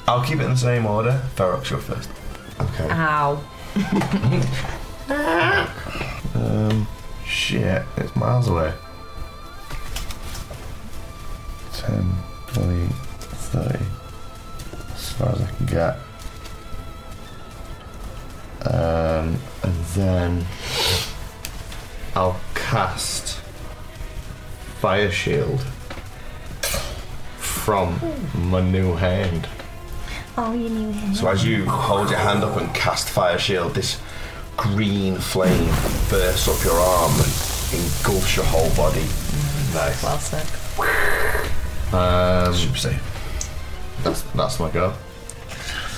[SPEAKER 5] I'll keep it in the same order. Ferox, you're first.
[SPEAKER 1] Okay.
[SPEAKER 3] Ow.
[SPEAKER 5] Um, shit. It's miles away. 10, 20, 30. As far as I can get.
[SPEAKER 1] Um, and then I'll cast fire shield from my new hand.
[SPEAKER 3] Oh, you knew him.
[SPEAKER 5] So as you hold your hand up and cast fire shield, this green flame bursts up your arm and engulfs your whole body. Nice.
[SPEAKER 3] Well said.
[SPEAKER 1] Um,
[SPEAKER 5] Super safe.
[SPEAKER 1] that's that's my go.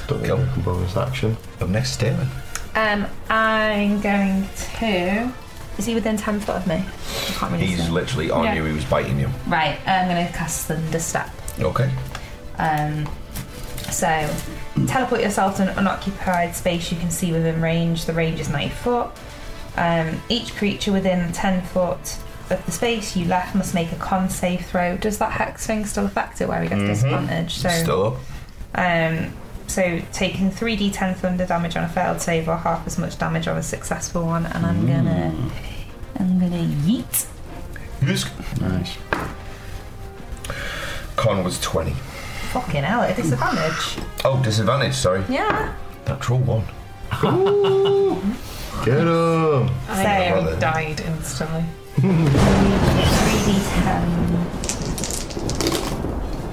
[SPEAKER 1] Don't
[SPEAKER 5] Cool.
[SPEAKER 1] get a bonus action.
[SPEAKER 5] Up next, Damon.
[SPEAKER 3] Um, I'm going to. Is he within 10 foot of me? I can't really
[SPEAKER 5] He's
[SPEAKER 3] see.
[SPEAKER 5] literally on
[SPEAKER 3] Yeah.
[SPEAKER 5] you. He was biting you.
[SPEAKER 3] Right, I'm going to cast Thunder Step.
[SPEAKER 5] Okay.
[SPEAKER 3] Um, so, teleport yourself to an unoccupied space you can see within range. The range is 90 foot. Um, each creature within 10 foot of the space you left must make a con save throw. Does that hex thing still affect it where we get disadvantage? So,
[SPEAKER 5] Still up.
[SPEAKER 3] um, so taking 3d10 thunder damage on a failed save or half as much damage on a successful one, and I'm gonna, I'm gonna yeet.
[SPEAKER 4] Nice.
[SPEAKER 5] Con was 20.
[SPEAKER 3] Fucking hell, at a disadvantage.
[SPEAKER 5] Oh, disadvantage, sorry.
[SPEAKER 3] Yeah.
[SPEAKER 5] Natural one.
[SPEAKER 1] Get him!
[SPEAKER 7] I
[SPEAKER 3] So-
[SPEAKER 7] nearly died instantly.
[SPEAKER 3] 3d10.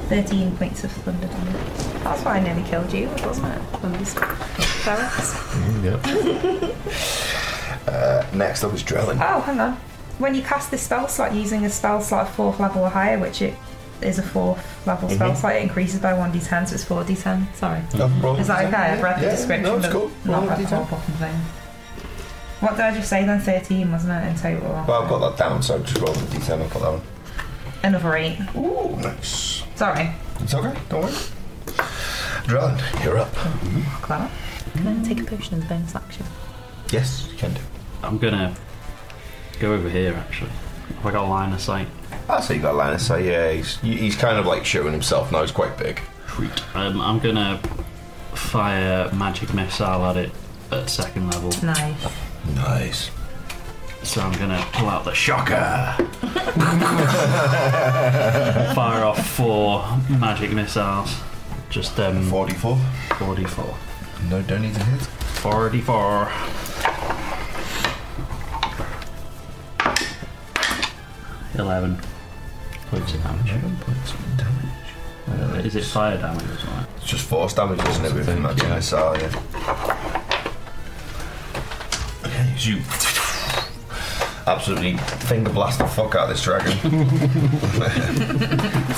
[SPEAKER 3] 13 points of thunder damage. That's why I nearly killed you, wasn't it? Thunder's Ferrets.
[SPEAKER 1] Yep.
[SPEAKER 5] Next up is Drellin.
[SPEAKER 3] Oh, hang on. When you cast this spell slot using a spell slot of 4th level or higher, which it is a 4th level spell slot, it increases by 1d10, so it's 4d10. Sorry.
[SPEAKER 5] Oh,
[SPEAKER 3] Is that okay? I've read the description.
[SPEAKER 5] No, it's
[SPEAKER 3] but
[SPEAKER 5] cool.
[SPEAKER 3] Not
[SPEAKER 5] Roll
[SPEAKER 3] read the whole fucking thing. What did I just say then? 13, wasn't it, in total?
[SPEAKER 5] Well, I've got that down, so just roll the d10 and put that one.
[SPEAKER 3] Another 8.
[SPEAKER 5] Ooh, nice.
[SPEAKER 3] Sorry.
[SPEAKER 5] It's okay, don't worry. Drellin, you're up.
[SPEAKER 3] Fuck that. Can I take a potion as a bonus action?
[SPEAKER 5] Yes, you can do.
[SPEAKER 4] I'm gonna go over here actually. Have I got line of sight?
[SPEAKER 5] I see Ah, you got line of sight. Yeah, he's, he's kind of like showing himself now. He's quite big.
[SPEAKER 4] Sweet. Um, I'm gonna fire magic missile at it at second level.
[SPEAKER 3] Nice.
[SPEAKER 5] Nice.
[SPEAKER 4] So I'm gonna pull out the shocker. Fire off four magic missiles. Just um,
[SPEAKER 5] 44.
[SPEAKER 4] 44.
[SPEAKER 5] No, don't need to hit.
[SPEAKER 4] 44. Eleven points of damage. Is it fire damage or something?
[SPEAKER 5] It's just force damage, isn't it? Within that yeah. missile, yeah. Okay, so you absolutely finger blast the fuck out of this dragon. [laughs]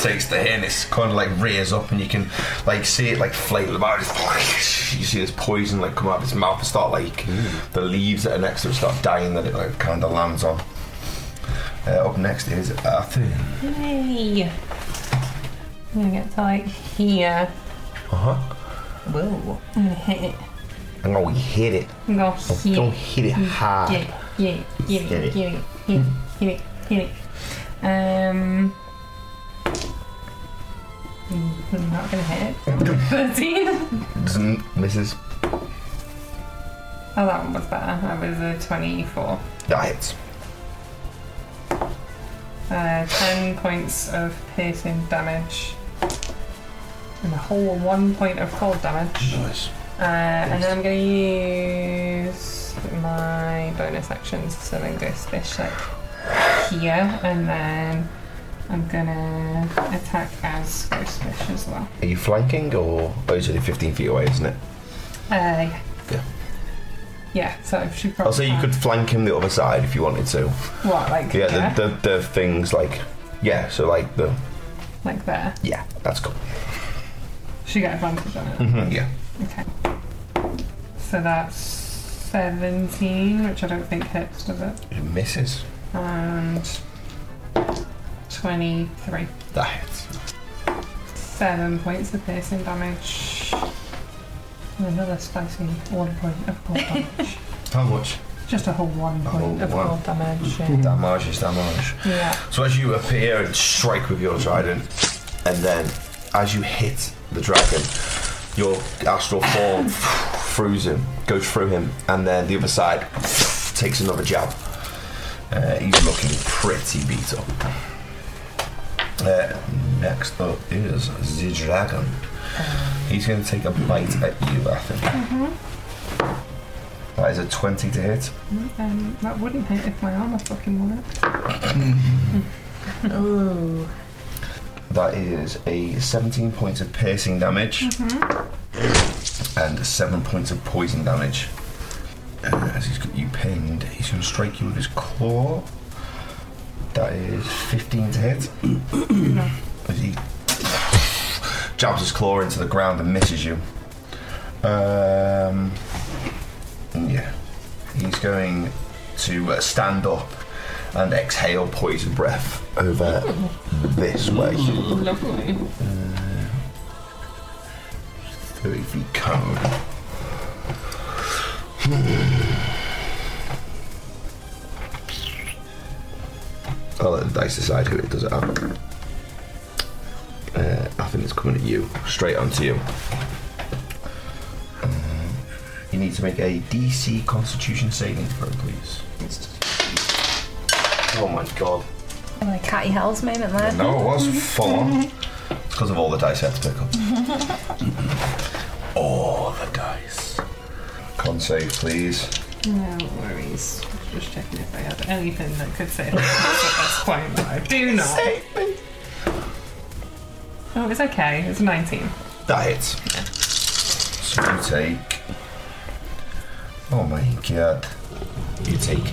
[SPEAKER 5] Takes the hit and it's kind of like rears up, and you can like see it like flail about. It's you see this poison like come out of its mouth and start like the leaves that are next to it start dying. That it like kind of lands on. Uh, up next is Athen.
[SPEAKER 3] Yay! I'm gonna get to like here.
[SPEAKER 5] Uh huh.
[SPEAKER 7] [laughs]
[SPEAKER 3] Whoa. I'm gonna hit it.
[SPEAKER 5] I'm gonna hit it.
[SPEAKER 3] I'm gonna hit
[SPEAKER 5] Don't
[SPEAKER 3] it.
[SPEAKER 5] hit it hard.
[SPEAKER 3] Get it. Get it. Get
[SPEAKER 5] Hit it.
[SPEAKER 3] it. Get it. Hit it. Hit it. Hit it. Um.
[SPEAKER 7] Mm,
[SPEAKER 3] I'm not gonna hit [laughs] it. 13.
[SPEAKER 5] Doesn't misses.
[SPEAKER 3] Oh, that one was better. That was a 24.
[SPEAKER 5] That hits.
[SPEAKER 7] Uh, 10 points of piercing damage. And a whole 1 point of cold damage.
[SPEAKER 5] Nice.
[SPEAKER 7] Uh, and then I'm going to use my bonus actions so then go splish like here. And then I'm going to attack as go splish as well.
[SPEAKER 5] Are you flanking or? Oh, it's only 15 feet away, isn't it?
[SPEAKER 7] Uh, yeah.
[SPEAKER 5] Yeah.
[SPEAKER 7] Yeah, so she probably.
[SPEAKER 5] I'll say you could flank him the other side if you wanted to.
[SPEAKER 7] What, like,
[SPEAKER 5] Yeah,
[SPEAKER 7] there?
[SPEAKER 5] The, the, the things like. Yeah, so like the.
[SPEAKER 7] like there?
[SPEAKER 5] Yeah, that's cool.
[SPEAKER 7] She got advantage on it.
[SPEAKER 5] hmm yeah.
[SPEAKER 7] Okay. So that's 17, which I don't think hits, does it?
[SPEAKER 5] It misses.
[SPEAKER 7] And 23.
[SPEAKER 5] That hits.
[SPEAKER 7] 7 points of piercing damage. And another spicy 1 point of
[SPEAKER 3] [laughs]
[SPEAKER 7] cold damage.
[SPEAKER 5] How much?
[SPEAKER 7] Just a whole 1
[SPEAKER 5] A
[SPEAKER 7] point
[SPEAKER 5] whole
[SPEAKER 7] of
[SPEAKER 5] one.
[SPEAKER 7] cold damage.
[SPEAKER 5] [laughs]
[SPEAKER 7] yeah.
[SPEAKER 5] Damage is damage.
[SPEAKER 7] yeah.
[SPEAKER 5] So as you appear and strike with your trident, and then as you hit the dragon, your astral form [sighs] throws him, goes through him, and then the other side [sighs] takes another jab. Uh, he's looking pretty beat up. Uh, next up is the dragon. He's going to take a bite at you, I think. That is a 20 to hit.
[SPEAKER 7] Um, that wouldn't hit if my armor fucking worked.
[SPEAKER 3] Ooh.
[SPEAKER 5] That is a 17 points of piercing damage and 7 points of poison damage. Uh, as he's got you pinned, he's going to strike you with his claw. That is 15 to hit. as he jabs his claw into the ground and misses you. Um, yeah. He's going to uh, stand up and exhale poison breath over this way.
[SPEAKER 7] Lovely.
[SPEAKER 5] 30 feet cone. [sighs] I'll let the dice decide who it does it at. Uh, I think it's coming at you, straight onto you. Um, you need to make a DC Constitution saving throw, please.
[SPEAKER 1] Oh my god.
[SPEAKER 3] My catty hell's moment there.
[SPEAKER 5] No, it was full on. It's because of all the dice I had to [laughs] pick up. all the dice. Con save, please.
[SPEAKER 7] No worries. Just checking if I had anything that could say that [laughs] at this point, but I do not. Oh, it's okay. It's 19.
[SPEAKER 5] That hits. So you take. Oh my god. You take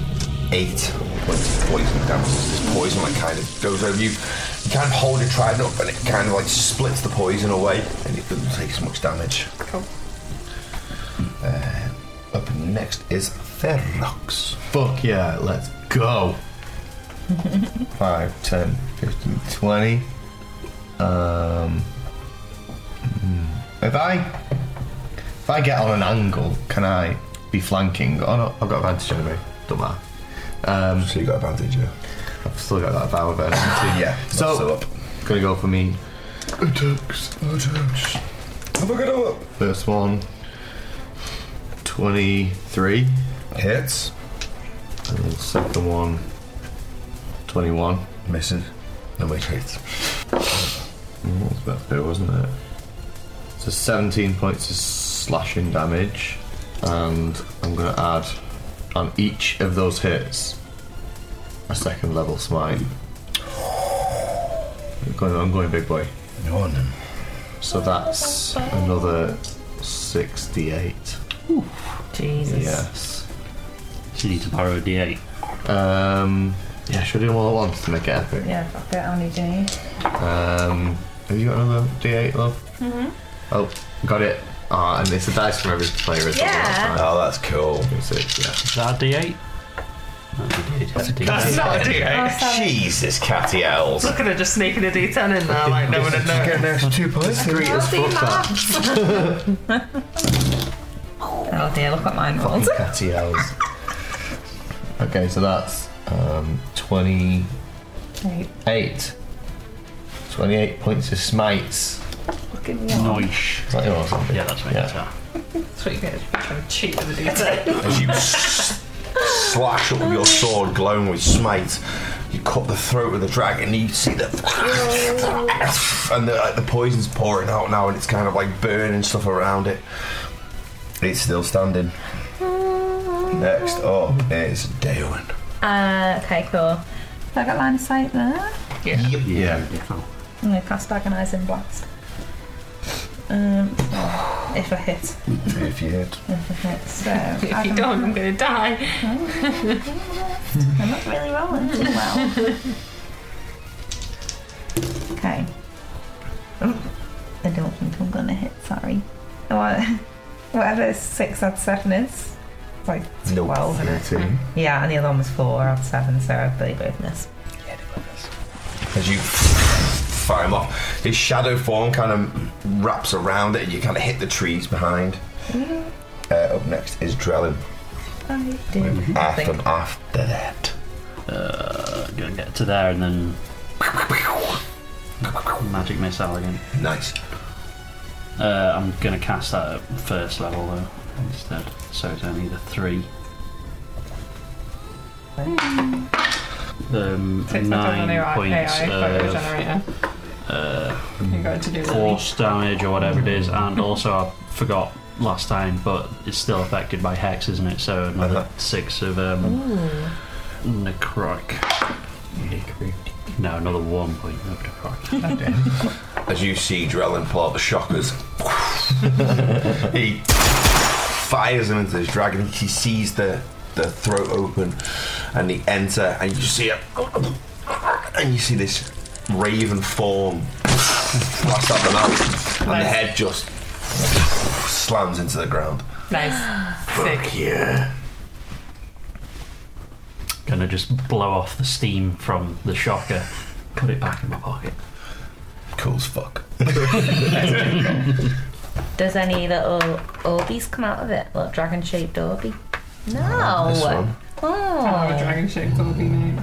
[SPEAKER 5] eight points of poison damage. This poison like kind of goes over you. You kind of hold your trident up and it kind of like splits the poison away and it doesn't take as much damage.
[SPEAKER 7] Cool.
[SPEAKER 5] Uh, up next is Ferrox.
[SPEAKER 1] Fuck yeah, let's go. 5, 10, 15, 20. Um, hmm. if I if I get on an angle, can I be flanking? Oh no, I've got advantage anyway. Don't matter. Um,
[SPEAKER 5] Oh, So you got advantage, yeah?
[SPEAKER 1] I've still got that power [laughs] advantage.
[SPEAKER 5] Yeah. that's
[SPEAKER 1] So-
[SPEAKER 5] still up.
[SPEAKER 1] Gonna go for me. Attacks, attacks.
[SPEAKER 5] Have a good up.
[SPEAKER 1] First one. 23.
[SPEAKER 5] Hits.
[SPEAKER 1] And then second one, 21.
[SPEAKER 5] Misses. No, wait, hits.
[SPEAKER 1] Mm, That was about two, wasn't it? So 17 points of slashing damage, and I'm going to add on each of those hits a second level smite. I'm going, I'm going big boy.
[SPEAKER 5] Go on then.
[SPEAKER 1] So that's another 68.
[SPEAKER 3] Jesus.
[SPEAKER 1] Yes.
[SPEAKER 4] So you need to borrow a d8.
[SPEAKER 1] Um, yeah, should I do them all at once to make it epic?
[SPEAKER 3] Yeah, fuck it, I'll need you.
[SPEAKER 1] Um, have you got another D8, love? Mm-hmm. Oh, got it. Ah, and it's a dice from every player as well. that's
[SPEAKER 3] Yeah.
[SPEAKER 1] fine.
[SPEAKER 5] Oh, that's cool.
[SPEAKER 1] Six, yeah.
[SPEAKER 4] Is that a d8? That's a d8.
[SPEAKER 5] not a
[SPEAKER 3] Oh, sorry.
[SPEAKER 5] Jesus, catty owls.
[SPEAKER 7] Look at her just sneaking a d10 in there, like no one would know.
[SPEAKER 5] Get an extra two points.
[SPEAKER 1] Great as fuck that.
[SPEAKER 3] Oh dear, look what mine was.
[SPEAKER 1] Catty owls. Okay, so that's um, 28.
[SPEAKER 3] Eight.
[SPEAKER 1] 28 points of smites.
[SPEAKER 3] Fucking
[SPEAKER 4] Noish.
[SPEAKER 1] Is that your or something?
[SPEAKER 4] Yeah, that's right.
[SPEAKER 1] Yeah.
[SPEAKER 4] that's right.
[SPEAKER 7] That's what you get for trying to cheat with a d10.
[SPEAKER 5] As you s- slash up with your sword, glowing with smite, you cut the throat of the dragon. You see the [laughs] and the, like, the poison's pouring out now, and it's kind of like burning stuff around it. It's still standing. Next up is Daewon.
[SPEAKER 3] Uh, okay, cool. Have I got line of sight there?
[SPEAKER 5] Yep.
[SPEAKER 4] Yeah. yeah.
[SPEAKER 3] I'm gonna cast agonising blast. Um, if I hit,
[SPEAKER 5] If you hit,
[SPEAKER 3] [laughs] if I hit. So
[SPEAKER 7] If [laughs] you don't, I'm gonna die.
[SPEAKER 3] I'm not really rolling too well. okay. Oh, I don't think I'm gonna hit. Sorry. What? [laughs] Whatever six odd seven is, it's like
[SPEAKER 5] Nope.
[SPEAKER 3] twelve, isn't it? Yeah, and the other one was four odd seven, so they both miss.
[SPEAKER 5] as you fire him off, his shadow form kind of wraps around it, and you kind of hit the trees behind.
[SPEAKER 3] Mm-hmm.
[SPEAKER 5] Uh, up next is Drellin.
[SPEAKER 3] I do.
[SPEAKER 5] After,
[SPEAKER 3] Think.
[SPEAKER 5] after that.
[SPEAKER 4] I'm gonna get to there and then magic missile again.
[SPEAKER 5] Nice.
[SPEAKER 4] Uh, I'm gonna cast that at first level though instead, so it's only the three. Um,
[SPEAKER 7] Takes my time on
[SPEAKER 4] nine
[SPEAKER 7] AI
[SPEAKER 4] points
[SPEAKER 7] photo
[SPEAKER 4] of
[SPEAKER 7] generator. you got to do that.
[SPEAKER 4] force damage or whatever it is, and also I forgot last time, but it's still affected by hex, isn't it? So another
[SPEAKER 5] Uh-huh.
[SPEAKER 4] six of um, necrotic. No, another one point of necrotic.
[SPEAKER 5] As you see Drellin pull out the [laughs] shockers, he fires them into his dragon. He sees the, the throat open and they enter, and you see it. And you see this raven form blast out the mouth, and the
[SPEAKER 7] Nice.
[SPEAKER 5] head just slams into the ground.
[SPEAKER 7] Nice. Sick.
[SPEAKER 5] Yeah.
[SPEAKER 4] Gonna just blow off the steam from the shocker, put it back in my pocket.
[SPEAKER 5] Cool as fuck.
[SPEAKER 3] Does any little Orbeez come out of it? Little dragon shaped Orby? No!
[SPEAKER 5] This one.
[SPEAKER 7] I'll have a
[SPEAKER 3] Oh!
[SPEAKER 7] dragon shaped all night.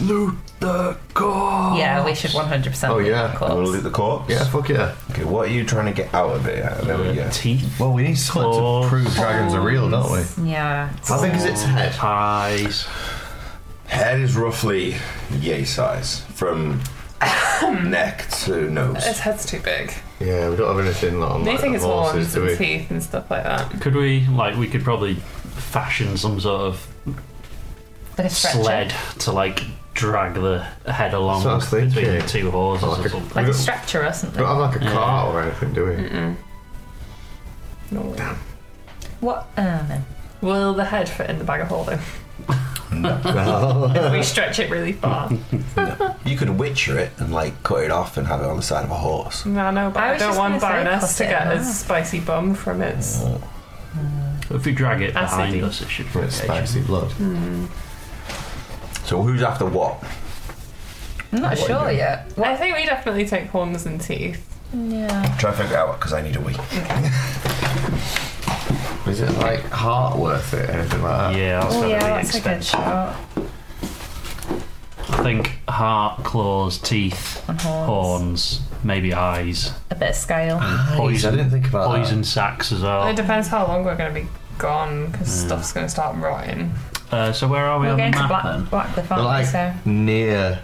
[SPEAKER 1] Loot the core!
[SPEAKER 3] Yeah, we should 100%
[SPEAKER 1] Oh, yeah.
[SPEAKER 5] You want to loot the corpse?
[SPEAKER 1] Yeah, fuck yeah.
[SPEAKER 5] Okay, what are you trying to get out of it? Yeah, there we go.
[SPEAKER 4] Teeth,
[SPEAKER 1] Well, we need
[SPEAKER 4] something to prove
[SPEAKER 1] dragons are real, don't we?
[SPEAKER 3] Yeah.
[SPEAKER 1] How big is its head?
[SPEAKER 4] eyes.
[SPEAKER 5] Head is roughly yay size from neck to
[SPEAKER 7] His
[SPEAKER 5] nose.
[SPEAKER 7] head's too big.
[SPEAKER 1] Yeah, we don't have anything like on like,
[SPEAKER 7] Anything
[SPEAKER 1] the
[SPEAKER 7] is
[SPEAKER 1] horses,
[SPEAKER 7] horns
[SPEAKER 1] do we?
[SPEAKER 7] and teeth and stuff like that.
[SPEAKER 4] Could we like we could probably fashion some sort of
[SPEAKER 3] Like a stretcher.
[SPEAKER 4] sled to like drag the head along
[SPEAKER 1] That's what I was
[SPEAKER 4] between the
[SPEAKER 1] thinking.
[SPEAKER 4] two horses
[SPEAKER 1] Like
[SPEAKER 4] or
[SPEAKER 1] a-
[SPEAKER 4] something.
[SPEAKER 3] Like
[SPEAKER 1] We
[SPEAKER 3] a
[SPEAKER 1] don't-
[SPEAKER 3] stretcher or
[SPEAKER 1] We
[SPEAKER 3] something.
[SPEAKER 1] don't have like a
[SPEAKER 4] Yeah.
[SPEAKER 1] cart or anything, do we?
[SPEAKER 7] No.
[SPEAKER 3] What? Oh, no.
[SPEAKER 7] Will the head fit in the bag of holding?
[SPEAKER 1] [laughs]
[SPEAKER 7] If we stretch it really far.
[SPEAKER 5] You could witcher it and like cut it off and have it on the side of a horse.
[SPEAKER 7] No, no, but
[SPEAKER 3] I
[SPEAKER 7] I,
[SPEAKER 3] was
[SPEAKER 7] don't
[SPEAKER 3] just
[SPEAKER 7] want
[SPEAKER 3] gonna say
[SPEAKER 7] Baroness to
[SPEAKER 3] cut it
[SPEAKER 7] get
[SPEAKER 3] in
[SPEAKER 7] his
[SPEAKER 3] half.
[SPEAKER 7] spicy bum from its.
[SPEAKER 4] If we drag it
[SPEAKER 7] That's
[SPEAKER 4] behind
[SPEAKER 7] it.
[SPEAKER 4] us, it should
[SPEAKER 1] For its spicy blood.
[SPEAKER 5] So who's after what?
[SPEAKER 3] I'm not sure yet.
[SPEAKER 7] I think we definitely take horns and teeth.
[SPEAKER 3] Yeah.
[SPEAKER 5] Try to figure it out because I need a wee.
[SPEAKER 1] Is it like heart worth it? Anything like that?
[SPEAKER 4] Yeah, that's
[SPEAKER 3] Oh,
[SPEAKER 4] gonna
[SPEAKER 3] yeah,
[SPEAKER 4] be
[SPEAKER 3] that's a good
[SPEAKER 4] expensive.
[SPEAKER 3] shot.
[SPEAKER 4] I think heart, claws, teeth,
[SPEAKER 3] And horns.
[SPEAKER 4] horns, maybe eyes,
[SPEAKER 3] A bit of scale.
[SPEAKER 1] I didn't think about
[SPEAKER 4] poison sacks as well.
[SPEAKER 7] Oh. It depends how long we're going to be gone because stuff's going to start rotting.
[SPEAKER 4] Uh, so where are we
[SPEAKER 3] We're
[SPEAKER 4] on the
[SPEAKER 3] going to
[SPEAKER 4] map
[SPEAKER 3] Black,
[SPEAKER 4] then?
[SPEAKER 3] Blackcliff,
[SPEAKER 1] But
[SPEAKER 3] aren't
[SPEAKER 1] like
[SPEAKER 3] we? So
[SPEAKER 1] near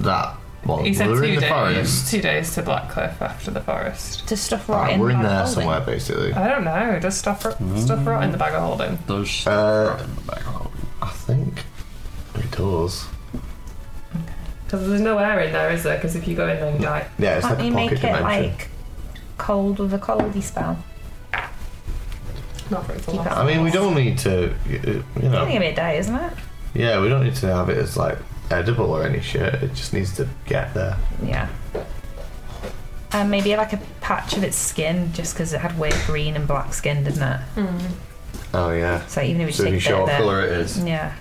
[SPEAKER 1] that. Well,
[SPEAKER 7] He said
[SPEAKER 1] we're
[SPEAKER 7] two
[SPEAKER 1] in the
[SPEAKER 7] days.
[SPEAKER 1] forest.
[SPEAKER 7] Two days to Blackcliff after the forest.
[SPEAKER 3] to stuff
[SPEAKER 1] Like,
[SPEAKER 3] right in.
[SPEAKER 1] we're in
[SPEAKER 3] the
[SPEAKER 1] there
[SPEAKER 3] holding.
[SPEAKER 1] somewhere, basically.
[SPEAKER 7] I don't know. Does stuff ro- stuff rot in the bag of holding?
[SPEAKER 4] Those
[SPEAKER 1] Uh, I think it does.
[SPEAKER 7] Because there's no air in there, is there? Because if you go in there, you die.
[SPEAKER 1] Yeah, it's
[SPEAKER 3] Can't
[SPEAKER 1] like
[SPEAKER 3] we
[SPEAKER 1] a
[SPEAKER 3] make
[SPEAKER 1] pocket
[SPEAKER 3] it
[SPEAKER 1] dimension.
[SPEAKER 3] like cold with a coldy spell?
[SPEAKER 7] Not for it to
[SPEAKER 3] Keep
[SPEAKER 7] last.
[SPEAKER 3] it
[SPEAKER 1] I mean, we don't need to, you
[SPEAKER 3] It's only
[SPEAKER 1] know.
[SPEAKER 3] gonna be a day, isn't it?
[SPEAKER 1] Yeah, we don't need to have it as like edible or any shit. It just needs to get there.
[SPEAKER 3] Yeah. And maybe like a patch of its skin, just because it had weird green and black skin, didn't it?
[SPEAKER 1] Oh yeah.
[SPEAKER 3] So even if we
[SPEAKER 1] Hmm. So if you
[SPEAKER 3] just take
[SPEAKER 1] show
[SPEAKER 3] a
[SPEAKER 1] what
[SPEAKER 3] bit of
[SPEAKER 1] colour it is,
[SPEAKER 3] it. Yeah.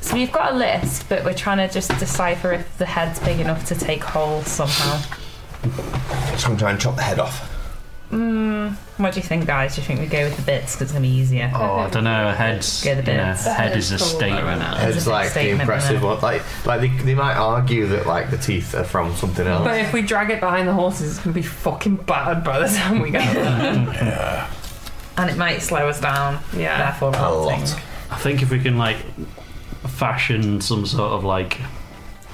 [SPEAKER 3] So we've got a list, but we're trying to just decipher if the head's big enough to take hold somehow.
[SPEAKER 5] So I'm trying to chop the head off.
[SPEAKER 3] Mm, what do you think, guys? Do you think we go with the bits because it's gonna be easier?
[SPEAKER 4] Oh, I don't know. Heads.
[SPEAKER 3] Get the
[SPEAKER 4] you know,
[SPEAKER 3] bits.
[SPEAKER 4] head is a
[SPEAKER 7] Head's cool,
[SPEAKER 4] statement.
[SPEAKER 3] It's a
[SPEAKER 1] it's
[SPEAKER 3] big
[SPEAKER 1] like the
[SPEAKER 3] statement,
[SPEAKER 1] impressive
[SPEAKER 3] isn't
[SPEAKER 1] one. Like, like they, they might argue that like the teeth are from something else.
[SPEAKER 7] But if we drag it behind the horses, it's gonna be fucking bad by the time we get there.
[SPEAKER 3] And it might slow us down.
[SPEAKER 7] [laughs] yeah.
[SPEAKER 3] Therefore,
[SPEAKER 5] A
[SPEAKER 3] halting.
[SPEAKER 5] lot.
[SPEAKER 4] I think if we can like fashion some sort of like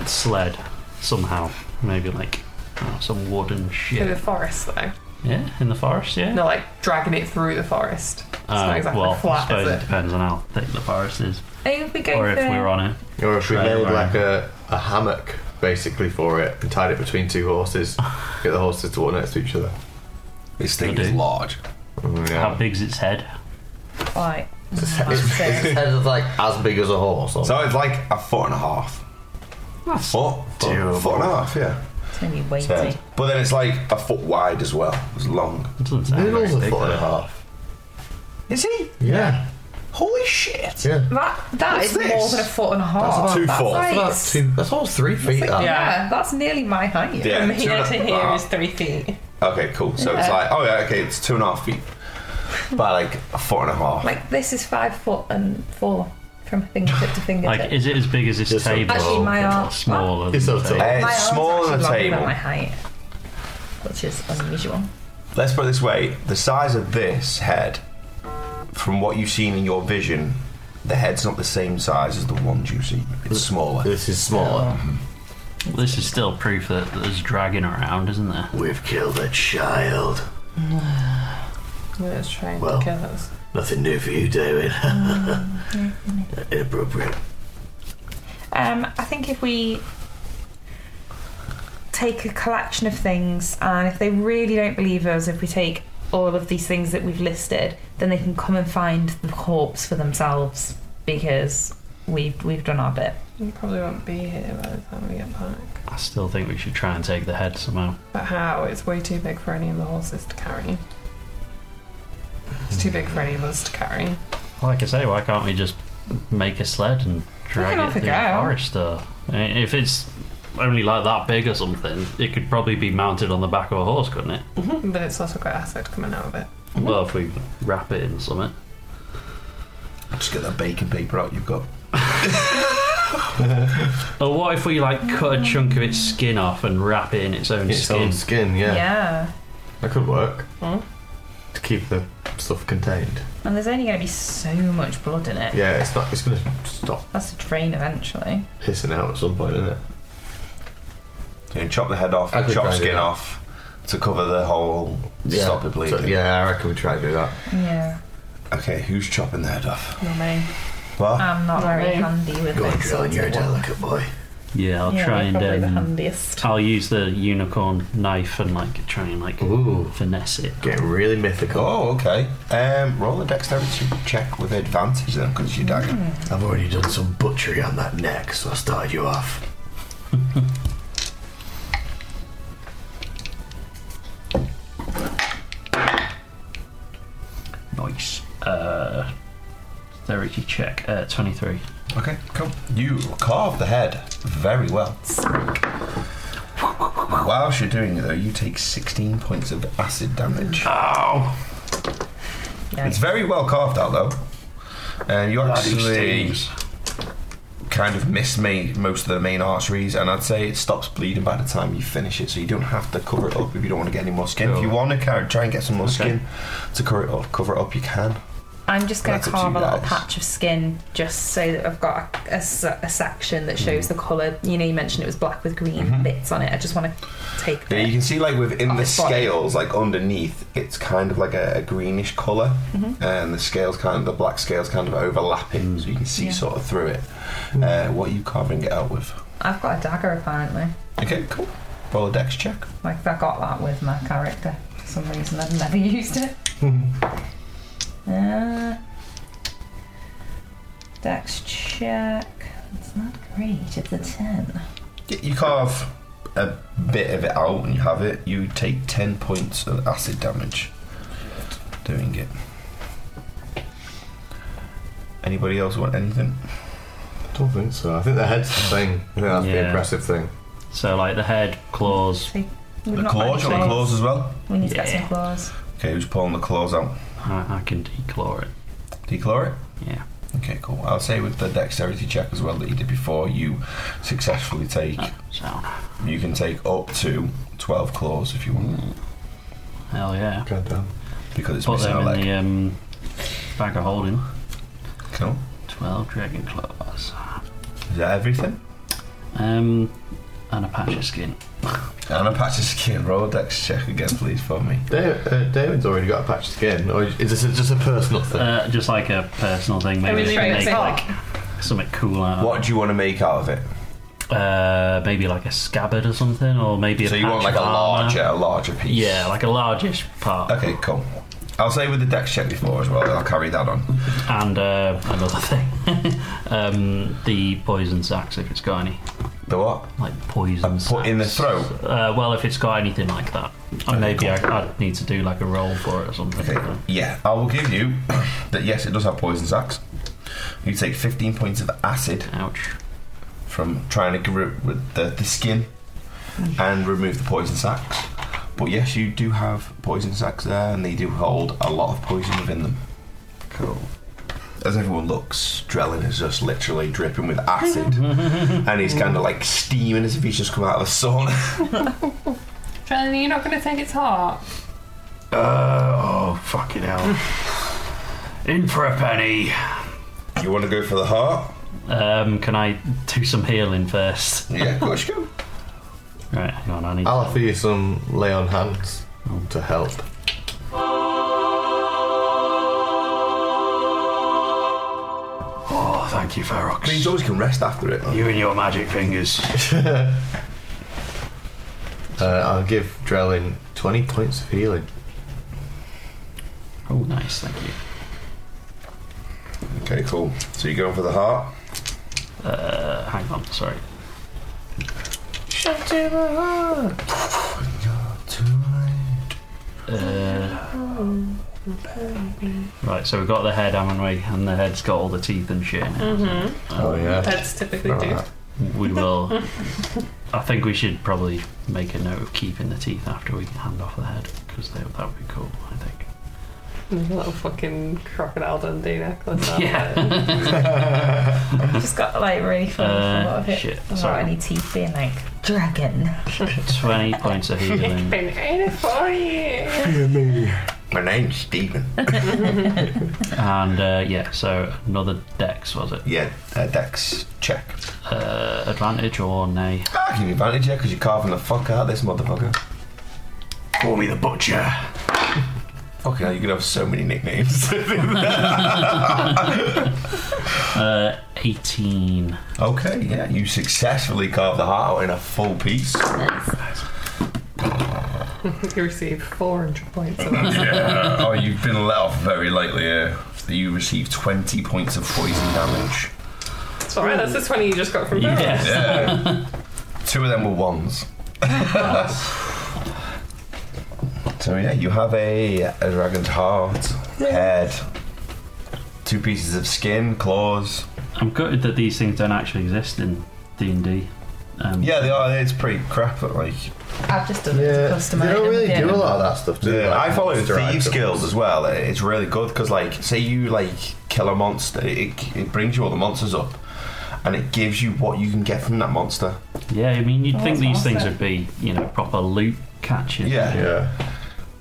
[SPEAKER 4] sled somehow, maybe like uh, some wooden
[SPEAKER 7] Through the
[SPEAKER 4] shit.
[SPEAKER 7] forest, though.
[SPEAKER 4] Yeah, in the forest. Yeah.
[SPEAKER 7] No, like dragging it through the forest. It's not exactly
[SPEAKER 4] Uh, well, I
[SPEAKER 7] flat,
[SPEAKER 4] suppose
[SPEAKER 7] is it?
[SPEAKER 4] depends on how thick the forest is,
[SPEAKER 3] Are you- we go
[SPEAKER 4] or
[SPEAKER 3] for
[SPEAKER 4] if we're on it.
[SPEAKER 1] Or if we
[SPEAKER 4] Right,
[SPEAKER 1] made
[SPEAKER 4] right.
[SPEAKER 1] like a, a hammock basically for it and tied it between two [laughs] horses, get the horses to walk next to each other.
[SPEAKER 5] This thing
[SPEAKER 4] I
[SPEAKER 5] is
[SPEAKER 4] do.
[SPEAKER 5] large.
[SPEAKER 1] Mm,
[SPEAKER 4] How
[SPEAKER 1] yeah.
[SPEAKER 4] big's its head?
[SPEAKER 3] like
[SPEAKER 1] It's, it's, it's head is like as big as a horse. Or
[SPEAKER 5] So it's like a foot and a half.
[SPEAKER 4] That's
[SPEAKER 5] Foot?
[SPEAKER 8] Doable.
[SPEAKER 5] Foot, foot and a half, yeah.
[SPEAKER 3] it's gonna be weighty.
[SPEAKER 5] Yeah. But then it's like a foot wide as well. It's long.
[SPEAKER 4] doesn't sound very
[SPEAKER 1] Noodle's a
[SPEAKER 4] big,
[SPEAKER 1] foot and a
[SPEAKER 4] though.
[SPEAKER 1] half.
[SPEAKER 5] Is he?
[SPEAKER 1] Yeah.
[SPEAKER 5] Holy shit!
[SPEAKER 1] Yeah.
[SPEAKER 3] That that is
[SPEAKER 5] What's this?
[SPEAKER 3] more than a foot and a half.
[SPEAKER 5] That's two foot.
[SPEAKER 3] like-
[SPEAKER 1] That's about two. That's almost three feet.
[SPEAKER 3] Like,
[SPEAKER 1] that.
[SPEAKER 3] yeah, that's nearly my height.
[SPEAKER 5] Yeah,
[SPEAKER 3] From
[SPEAKER 5] two
[SPEAKER 3] here
[SPEAKER 5] and
[SPEAKER 3] to
[SPEAKER 5] a-
[SPEAKER 3] here
[SPEAKER 5] ah.
[SPEAKER 3] is three feet.
[SPEAKER 5] Okay, cool. So it's
[SPEAKER 3] Yeah.
[SPEAKER 5] like, oh yeah, okay, it's two and a half feet by like a foot and a half.
[SPEAKER 3] Like this is five foot and four from fingertip to fingertip.
[SPEAKER 4] Like, is it as big as this
[SPEAKER 1] It's a-
[SPEAKER 4] table?
[SPEAKER 3] Actually, my
[SPEAKER 4] Is it
[SPEAKER 3] arm-
[SPEAKER 4] smaller.
[SPEAKER 1] It's
[SPEAKER 4] than
[SPEAKER 1] a
[SPEAKER 4] the
[SPEAKER 1] table.
[SPEAKER 5] Uh,
[SPEAKER 3] my
[SPEAKER 5] it's
[SPEAKER 3] arm's
[SPEAKER 5] smaller than
[SPEAKER 3] actually
[SPEAKER 5] the
[SPEAKER 3] longer than
[SPEAKER 5] table.
[SPEAKER 3] my height, which is unusual.
[SPEAKER 5] Let's put it this way: the size of this head, from what you've seen in your vision, the head's not the same size as the ones you've seen. It's smaller.
[SPEAKER 1] This is smaller.
[SPEAKER 4] This is still proof that there's dragging around, isn't there?
[SPEAKER 1] We've killed a child.
[SPEAKER 7] Let's try and
[SPEAKER 1] Well.
[SPEAKER 7] kill us.
[SPEAKER 1] Nothing new for you, [laughs] David.
[SPEAKER 3] Mm-hmm.
[SPEAKER 1] Inappropriate.
[SPEAKER 3] Um, I think if we take a collection of things, and if they really don't believe us, if we take all of these things that we've listed, then they can come and find the corpse for themselves because we've we've done our bit.
[SPEAKER 7] We probably won't be here by the time we get back.
[SPEAKER 4] I still think we should try and take the head somehow.
[SPEAKER 7] But how? It's way too big for any of the horses to carry. It's too big for any of us to carry.
[SPEAKER 4] Like I say, why can't we just make a sled and drag
[SPEAKER 7] can
[SPEAKER 4] it
[SPEAKER 7] have
[SPEAKER 4] through
[SPEAKER 7] a
[SPEAKER 4] the
[SPEAKER 7] go.
[SPEAKER 4] forest? Or, I mean, if it's only like that big or something, it could probably be mounted on the back of a horse, couldn't it?
[SPEAKER 7] But it's also got acid coming out of it.
[SPEAKER 4] Well, if we wrap it in something.
[SPEAKER 5] Just get that baking paper out you've got.
[SPEAKER 4] Or what if we like cut a chunk of its skin off and wrap it in its own
[SPEAKER 1] Its
[SPEAKER 4] skin?
[SPEAKER 1] own skin, yeah. That could work.
[SPEAKER 7] Hmm?
[SPEAKER 1] To keep the stuff contained.
[SPEAKER 3] and there's only going to be so much blood in it.
[SPEAKER 1] Yeah, it's not. It's going to stop
[SPEAKER 3] That's a drain eventually.
[SPEAKER 1] hissing out at some point, isn't it?
[SPEAKER 5] So you chop the head off,
[SPEAKER 1] I could
[SPEAKER 5] chop
[SPEAKER 1] try and do
[SPEAKER 5] skin
[SPEAKER 1] that.
[SPEAKER 5] off to cover the whole. Stop it bleeding.
[SPEAKER 1] So, yeah, I reckon we try to do that.
[SPEAKER 3] Yeah,
[SPEAKER 5] Okay, who's chopping the head off?
[SPEAKER 7] No, me.
[SPEAKER 5] Well,
[SPEAKER 3] I'm not very
[SPEAKER 7] me.
[SPEAKER 3] handy with those sorts of work.
[SPEAKER 1] boy.
[SPEAKER 4] Yeah, I'll
[SPEAKER 3] yeah,
[SPEAKER 4] try
[SPEAKER 3] probably
[SPEAKER 4] and
[SPEAKER 3] the
[SPEAKER 4] um,
[SPEAKER 3] handiest.
[SPEAKER 4] I'll use the unicorn knife and like try and like
[SPEAKER 1] Ooh.
[SPEAKER 4] finesse it.
[SPEAKER 1] Getting really mythical.
[SPEAKER 5] oh okay. Um, roll a dexterity check with advantage then, because you're dagger.
[SPEAKER 1] I've already done some butchery on that neck, so I started you off.
[SPEAKER 4] Nice. Uh, dexterity check. Uh, Twenty-three.
[SPEAKER 5] Okay, cool. You carve the head very well. Whilst you're doing it, though, you take 16 points of acid damage.
[SPEAKER 4] Oh,
[SPEAKER 5] It's
[SPEAKER 3] Yikes.
[SPEAKER 5] very well carved out, though. And you actually kind of miss ma- most of the main arteries, and I'd say it stops bleeding by the time you finish it, so you don't have to cover it up if you don't want to get any more skin. If you want to try and get some more skin to cover it up, cover it up, you can.
[SPEAKER 3] I'm just going
[SPEAKER 5] That's
[SPEAKER 3] to
[SPEAKER 5] up to
[SPEAKER 3] carve
[SPEAKER 5] you
[SPEAKER 3] a little
[SPEAKER 5] guys.
[SPEAKER 3] patch of skin just so that I've got a, a s- a section that shows the colour. You know, you mentioned it was black with green bits on it. I just want to take
[SPEAKER 5] Yeah, Mm-hmm. you
[SPEAKER 3] that.
[SPEAKER 5] can see like within
[SPEAKER 3] Oh,
[SPEAKER 5] the
[SPEAKER 3] it's fine.
[SPEAKER 5] scales, like underneath, it's kind of like a, a greenish color
[SPEAKER 3] Mm-hmm.
[SPEAKER 5] and the scales kind of the black scales kind of overlapping, so you can see
[SPEAKER 3] Yeah.
[SPEAKER 5] sort of through it. Uh, what are you carving it out with?
[SPEAKER 3] I've got a dagger apparently.
[SPEAKER 5] Okay, cool. Roll a dex check.
[SPEAKER 3] Like I got that with my character for some reason. I've never [laughs] used it.
[SPEAKER 5] Mm-hmm.
[SPEAKER 3] uh, dex check. It's not great. It's a ten.
[SPEAKER 5] Y- You carve a bit of it out and you have it. You take ten points of acid damage doing it. Anybody else want anything?
[SPEAKER 1] I don't think so. I think the head's the thing. I think that's the
[SPEAKER 4] Yeah.
[SPEAKER 1] impressive thing.
[SPEAKER 4] So like the head, claws.
[SPEAKER 3] So we've
[SPEAKER 5] The
[SPEAKER 3] not got
[SPEAKER 5] claws, you
[SPEAKER 3] any
[SPEAKER 5] want the claws as well?
[SPEAKER 3] We need to get
[SPEAKER 4] Yeah.
[SPEAKER 3] some claws.
[SPEAKER 5] Okay, who's pulling the claws out?
[SPEAKER 4] I, I can declaw it.
[SPEAKER 5] Declaw it.
[SPEAKER 4] Yeah.
[SPEAKER 5] Okay, cool. I'll say with the dexterity check as well that you did before, you successfully take.
[SPEAKER 4] So
[SPEAKER 5] You can take up to twelve claws if you want,
[SPEAKER 4] hell yeah.
[SPEAKER 1] God damn.
[SPEAKER 5] because it's
[SPEAKER 4] Put
[SPEAKER 5] missing a
[SPEAKER 4] them in
[SPEAKER 5] leg.
[SPEAKER 4] the um, bag of holding.
[SPEAKER 5] Cool.
[SPEAKER 4] Twelve dragon claws.
[SPEAKER 5] Is that everything?
[SPEAKER 4] Um, and a patch of skin.
[SPEAKER 5] And a patch of skin. Roll a dex check again, please, for me.
[SPEAKER 1] David, uh, David's already got a patched skin, or is this just a personal thing?
[SPEAKER 4] Uh, just like a personal thing.
[SPEAKER 7] we
[SPEAKER 4] Maybe I should
[SPEAKER 7] leaving
[SPEAKER 4] make
[SPEAKER 7] it
[SPEAKER 4] like something cool out. of
[SPEAKER 5] What do you want to make out of it?
[SPEAKER 4] it. Uh, maybe like a scabbard or something, or maybe
[SPEAKER 5] So
[SPEAKER 4] a
[SPEAKER 5] you
[SPEAKER 4] patch
[SPEAKER 5] want like a
[SPEAKER 4] of armor.
[SPEAKER 5] larger, a larger piece.
[SPEAKER 4] Yeah, like a largish part,
[SPEAKER 5] Okay, cool. I'll say with the dex check before as well. I'll carry that on.
[SPEAKER 4] and uh, another [laughs] thing, um, the poison sacks if it's got any,
[SPEAKER 5] The what?
[SPEAKER 4] like poison.
[SPEAKER 5] And put Uh, in the
[SPEAKER 4] sacks.
[SPEAKER 5] throat?
[SPEAKER 4] Uh, well, if it's got anything like that, and maybe I, I'd need to do like a roll for it or something.
[SPEAKER 5] Okay. Yeah, I will give you [coughs] that. Yes, it does have poison sacks. You take fifteen points of acid.
[SPEAKER 4] Ouch.
[SPEAKER 5] from trying to get rid with the, the skin and remove the poison sacs. But yes, you do have poison sacs there, and they do hold a lot of poison within them. Cool. As everyone looks, Drellin is just literally dripping with
[SPEAKER 8] [laughs]
[SPEAKER 5] acid, and he's kind of like steaming as if he's just come out of a sauna.
[SPEAKER 7] Trelin, are you not going to take its heart?
[SPEAKER 8] Uh, oh, fucking hell. In for a penny.
[SPEAKER 5] You want to go for the heart?
[SPEAKER 4] Um, can I do some healing first?
[SPEAKER 5] Yeah, of course you can.
[SPEAKER 4] Right, hang on, I need.
[SPEAKER 5] Oh.
[SPEAKER 1] I'll offer you some lay on hands to help.
[SPEAKER 8] Oh, thank you, Ferox.
[SPEAKER 5] I mean, you always can rest after it.
[SPEAKER 8] You and your magic fingers.
[SPEAKER 1] Uh, I'll give Drellin 20 points of healing.
[SPEAKER 4] Oh, nice, thank you.
[SPEAKER 5] Okay, cool. So you're going for the heart?
[SPEAKER 4] Uh, hang on, sorry. Uh, right, so we've got the head, haven't we? And the head's got all the teeth and shit. in it.
[SPEAKER 1] Oh, yeah.
[SPEAKER 7] That's typically do.
[SPEAKER 4] We will. I think we should probably make a note of keeping the teeth after we hand off the head because that would be cool. I think.
[SPEAKER 7] Little fucking crocodile Dundee necklace. aren't
[SPEAKER 4] Yeah.
[SPEAKER 3] Just got like really funny from a lot
[SPEAKER 4] Uh,
[SPEAKER 3] of it.
[SPEAKER 4] shit.
[SPEAKER 3] Without
[SPEAKER 4] Sorry.
[SPEAKER 3] any teeth being like dragon.
[SPEAKER 4] Twenty points of
[SPEAKER 7] it?
[SPEAKER 3] [laughs]
[SPEAKER 4] healing.
[SPEAKER 7] Been in it for you.
[SPEAKER 5] My name's Stephen.
[SPEAKER 4] And uh, yeah, so another dex was it?
[SPEAKER 5] yeah, uh, dex check.
[SPEAKER 4] Uh, advantage or nay?
[SPEAKER 5] Ah, give you advantage, yeah, because you're carving the fuck out of this motherfucker.
[SPEAKER 8] Call me the butcher.
[SPEAKER 5] Fucking hell, you could have so many
[SPEAKER 8] [laughs]
[SPEAKER 5] nicknames.
[SPEAKER 4] Uh, Eighteen.
[SPEAKER 5] okay, yeah, you successfully carved the heart out in a full piece.
[SPEAKER 7] You received 400 points of that.
[SPEAKER 5] yeah. Oh, you've been let off very lightly here. You received 20 points of poison damage.
[SPEAKER 7] It's alright, that's the 20 you just got from Barrow.
[SPEAKER 4] Yes.
[SPEAKER 5] Yeah. Two of them were ones. [laughs] so, yeah, you have a, a dragon's heart, head, two pieces of skin, claws.
[SPEAKER 4] I'm gutted that these things don't actually exist in D and D. Um,
[SPEAKER 5] Yeah, they are. It's pretty crap, but like.
[SPEAKER 3] I've just done it
[SPEAKER 1] Yeah. They
[SPEAKER 3] to customize.
[SPEAKER 1] don't really do a lot of that stuff, do they?
[SPEAKER 5] Yeah,
[SPEAKER 1] Like,
[SPEAKER 5] I follow
[SPEAKER 1] monster items.
[SPEAKER 5] thieves guilds as well. Uh, It's really good because, like, say you like kill a monster, it, it brings you all the monsters up, and it gives you what you can get from that monster.
[SPEAKER 4] Yeah, I mean, you'd
[SPEAKER 3] Oh,
[SPEAKER 4] think
[SPEAKER 3] that's
[SPEAKER 4] these things
[SPEAKER 3] awesome.
[SPEAKER 4] would be, you know, proper loot catching.
[SPEAKER 5] Yeah,
[SPEAKER 1] Yeah.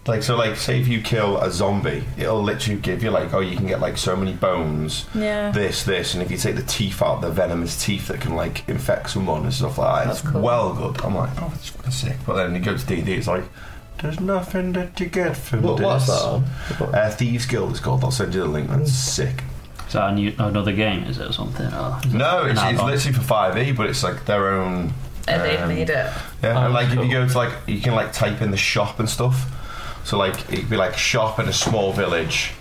[SPEAKER 5] Like so, like say if you kill a zombie, it'll literally give you like, oh, you can get like so many bones,
[SPEAKER 3] Yeah.
[SPEAKER 5] this, this, and if you take the teeth out, the venomous teeth that can like infect someone and stuff like that,
[SPEAKER 3] That's
[SPEAKER 5] it's
[SPEAKER 3] cool.
[SPEAKER 5] well good. I'm like, oh, that's fucking sick. But then you go to D D, it's like, there's nothing that you get from
[SPEAKER 1] What,
[SPEAKER 5] this.
[SPEAKER 1] what's that on?
[SPEAKER 5] Uh, Thieves Guild is called. I'll send you the link. That's sick.
[SPEAKER 4] Is that a new, another game? Is it or something? Or is it
[SPEAKER 5] No,
[SPEAKER 4] an
[SPEAKER 5] it's, it's
[SPEAKER 4] add-on?
[SPEAKER 5] literally for five E, but it's like their own.
[SPEAKER 3] And they've
[SPEAKER 5] um,
[SPEAKER 3] made it.
[SPEAKER 5] Yeah,
[SPEAKER 4] Oh,
[SPEAKER 5] and like if
[SPEAKER 4] cool.
[SPEAKER 5] you go to like you can like type in the shop and stuff. So like it'd be like shop in a small village.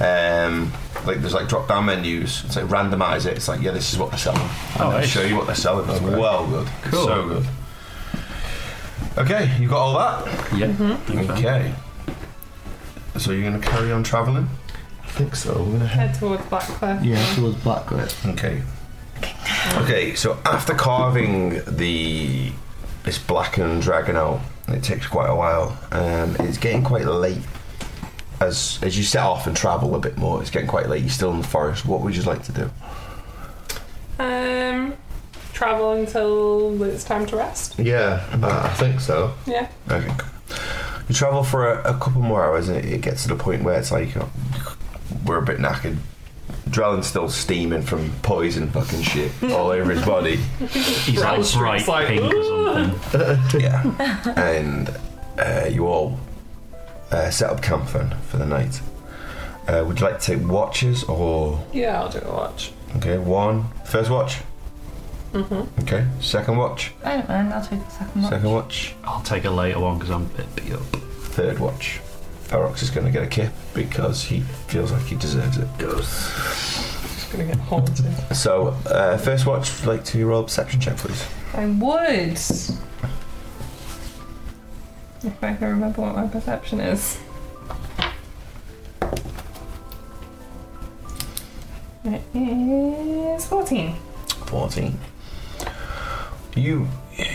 [SPEAKER 5] Um, like there's like drop down menus. It's like randomize it. It's like yeah, this is what they're selling. And
[SPEAKER 4] Oh,
[SPEAKER 5] oh,
[SPEAKER 4] nice.
[SPEAKER 5] show you what they're selling. It's well good. It's
[SPEAKER 4] Cool.
[SPEAKER 5] so good. Okay, you got all that.
[SPEAKER 4] Yeah.
[SPEAKER 3] Mm-hmm.
[SPEAKER 4] think so.
[SPEAKER 5] Okay. So you're gonna carry on traveling.
[SPEAKER 1] I think so. We're gonna
[SPEAKER 7] Head towards Blackcliff.
[SPEAKER 1] towards Blackwood.
[SPEAKER 5] Okay. Okay, so after carving the this blackened dragon out, it takes quite a while. Um, it's getting quite late. As as you set off and travel a bit more, it's getting quite late. You're still in the forest. What would you like to do?
[SPEAKER 7] Um, travel until it's time to rest.
[SPEAKER 1] Yeah, I I think so.
[SPEAKER 7] Yeah.
[SPEAKER 5] Okay. You travel for a, a couple more hours, and it, it gets to the point where it's like oh, we're a bit knackered. Drellin's still steaming from poison fucking shit all over his body.
[SPEAKER 4] He's like
[SPEAKER 7] Brown's
[SPEAKER 4] bright
[SPEAKER 7] just like,
[SPEAKER 4] pink or something.
[SPEAKER 5] yeah. and uh, you all uh, set up camp then for the night. Uh, would you like to take watches or
[SPEAKER 7] Yeah, I'll do a watch.
[SPEAKER 5] okay? One first watch. Mm-hmm. Okay, second watch.
[SPEAKER 3] I don't mind. I'll take the second one.
[SPEAKER 5] Second watch.
[SPEAKER 4] I'll take a later one because I'm a bit beat up.
[SPEAKER 5] Third watch. Parox is going to get a kip because he feels like he deserves it.
[SPEAKER 7] Just gonna get haunted.
[SPEAKER 5] So, uh, first watch, would you like to roll a perception check, please.
[SPEAKER 7] I would. If I can remember what my perception is. It is 14.
[SPEAKER 5] 14. You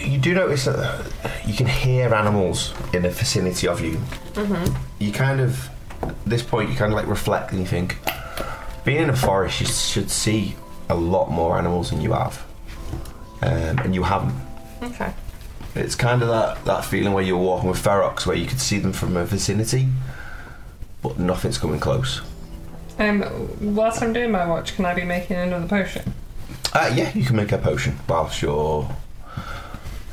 [SPEAKER 5] you do notice that you can hear animals in the vicinity of you. Mm-hmm. You kind of, at this point, you kind of like reflect and you think, being in a forest, you should see a lot more animals than you have. Um, and you haven't.
[SPEAKER 7] Okay.
[SPEAKER 5] It's kind of that, that feeling where you're walking with ferox, where you could see them from a vicinity, but nothing's coming close.
[SPEAKER 7] Um, whilst I'm doing my watch, can I be making another potion?
[SPEAKER 5] Uh, yeah, you can make a potion whilst you're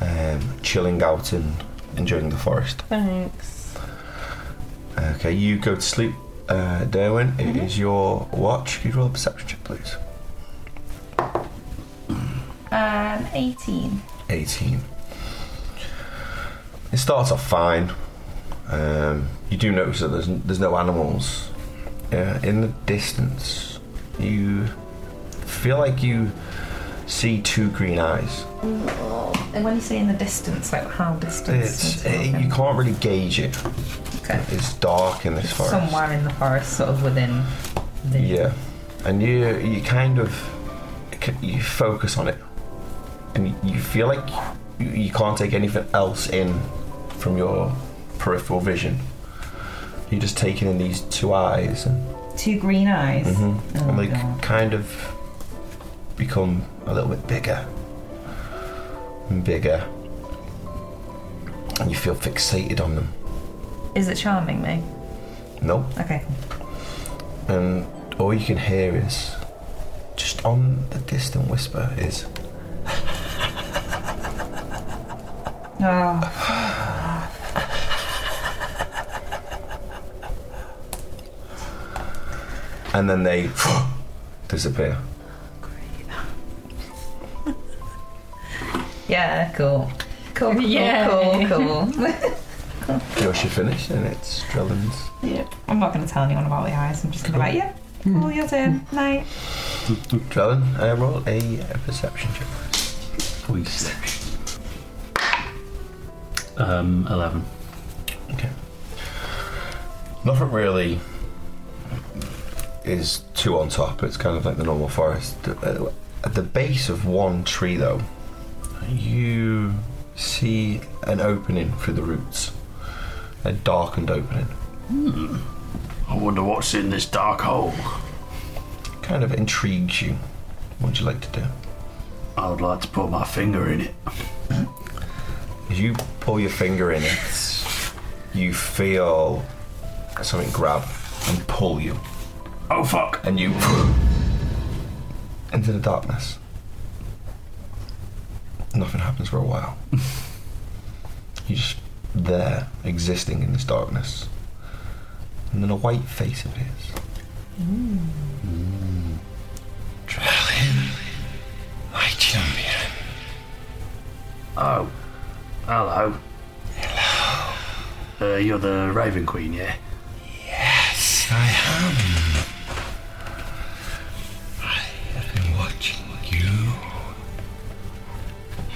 [SPEAKER 5] um, chilling out and enjoying the forest.
[SPEAKER 7] Thanks.
[SPEAKER 5] Okay, you go to sleep, uh, Derwin. It is your watch. Could you roll a perception check, please?
[SPEAKER 3] Um, 18.
[SPEAKER 5] 18. It starts off fine. Um, you do notice that there's, there's no animals. Uh, in the distance, you feel like you see two green eyes.
[SPEAKER 3] And when you say in the distance, like how distant?
[SPEAKER 5] It's,
[SPEAKER 3] eh,
[SPEAKER 5] it, you can't really gauge it.
[SPEAKER 3] Okay.
[SPEAKER 5] It's dark in this forest.
[SPEAKER 3] somewhere in the forest, sort of within. The,
[SPEAKER 5] Yeah, and you you kind of you focus on it, and you feel like you, you can't take anything else in from your peripheral vision. You're just taking in these two eyes, and,
[SPEAKER 3] Two green eyes. Oh,
[SPEAKER 5] and they
[SPEAKER 3] God.
[SPEAKER 5] kind of become a little bit bigger and bigger, and you feel fixated on them.
[SPEAKER 3] Is it charming me?
[SPEAKER 5] Nope.
[SPEAKER 3] Okay.
[SPEAKER 5] and all you can hear is just on the distant whisper is
[SPEAKER 3] Oh,
[SPEAKER 5] and then they [gasps] disappear.
[SPEAKER 3] yeah, cool. Cool, cool,
[SPEAKER 7] Yay.
[SPEAKER 3] cool, cool.
[SPEAKER 5] Josh, you finished, and it's Drellin's.
[SPEAKER 3] yeah. [laughs] I'm not going to tell anyone about the eyes. I'm just going to be like, yeah, cool, your [laughs] turn. Night.
[SPEAKER 5] Drellin, uh, roll a uh, perception check.
[SPEAKER 4] Please. Um, 11.
[SPEAKER 5] Okay. Nothing really is too on top. It's kind of like the normal forest. The- uh, At the base of one tree, though, you see an opening through the roots, a darkened opening.
[SPEAKER 8] I wonder what's in this dark hole.
[SPEAKER 5] kind of intrigues you. What would you like to do?
[SPEAKER 8] I would like to put my finger in it.
[SPEAKER 5] As you pull your finger in it, you feel something grab and pull you,
[SPEAKER 8] Oh fuck!
[SPEAKER 5] and you [gasps] into the darkness. Nothing happens for a while. You're just there, existing in this darkness. And then a white face appears.
[SPEAKER 8] Oh, hello. Hello. Uh, you're the Raven Queen, yeah?
[SPEAKER 5] watching you. You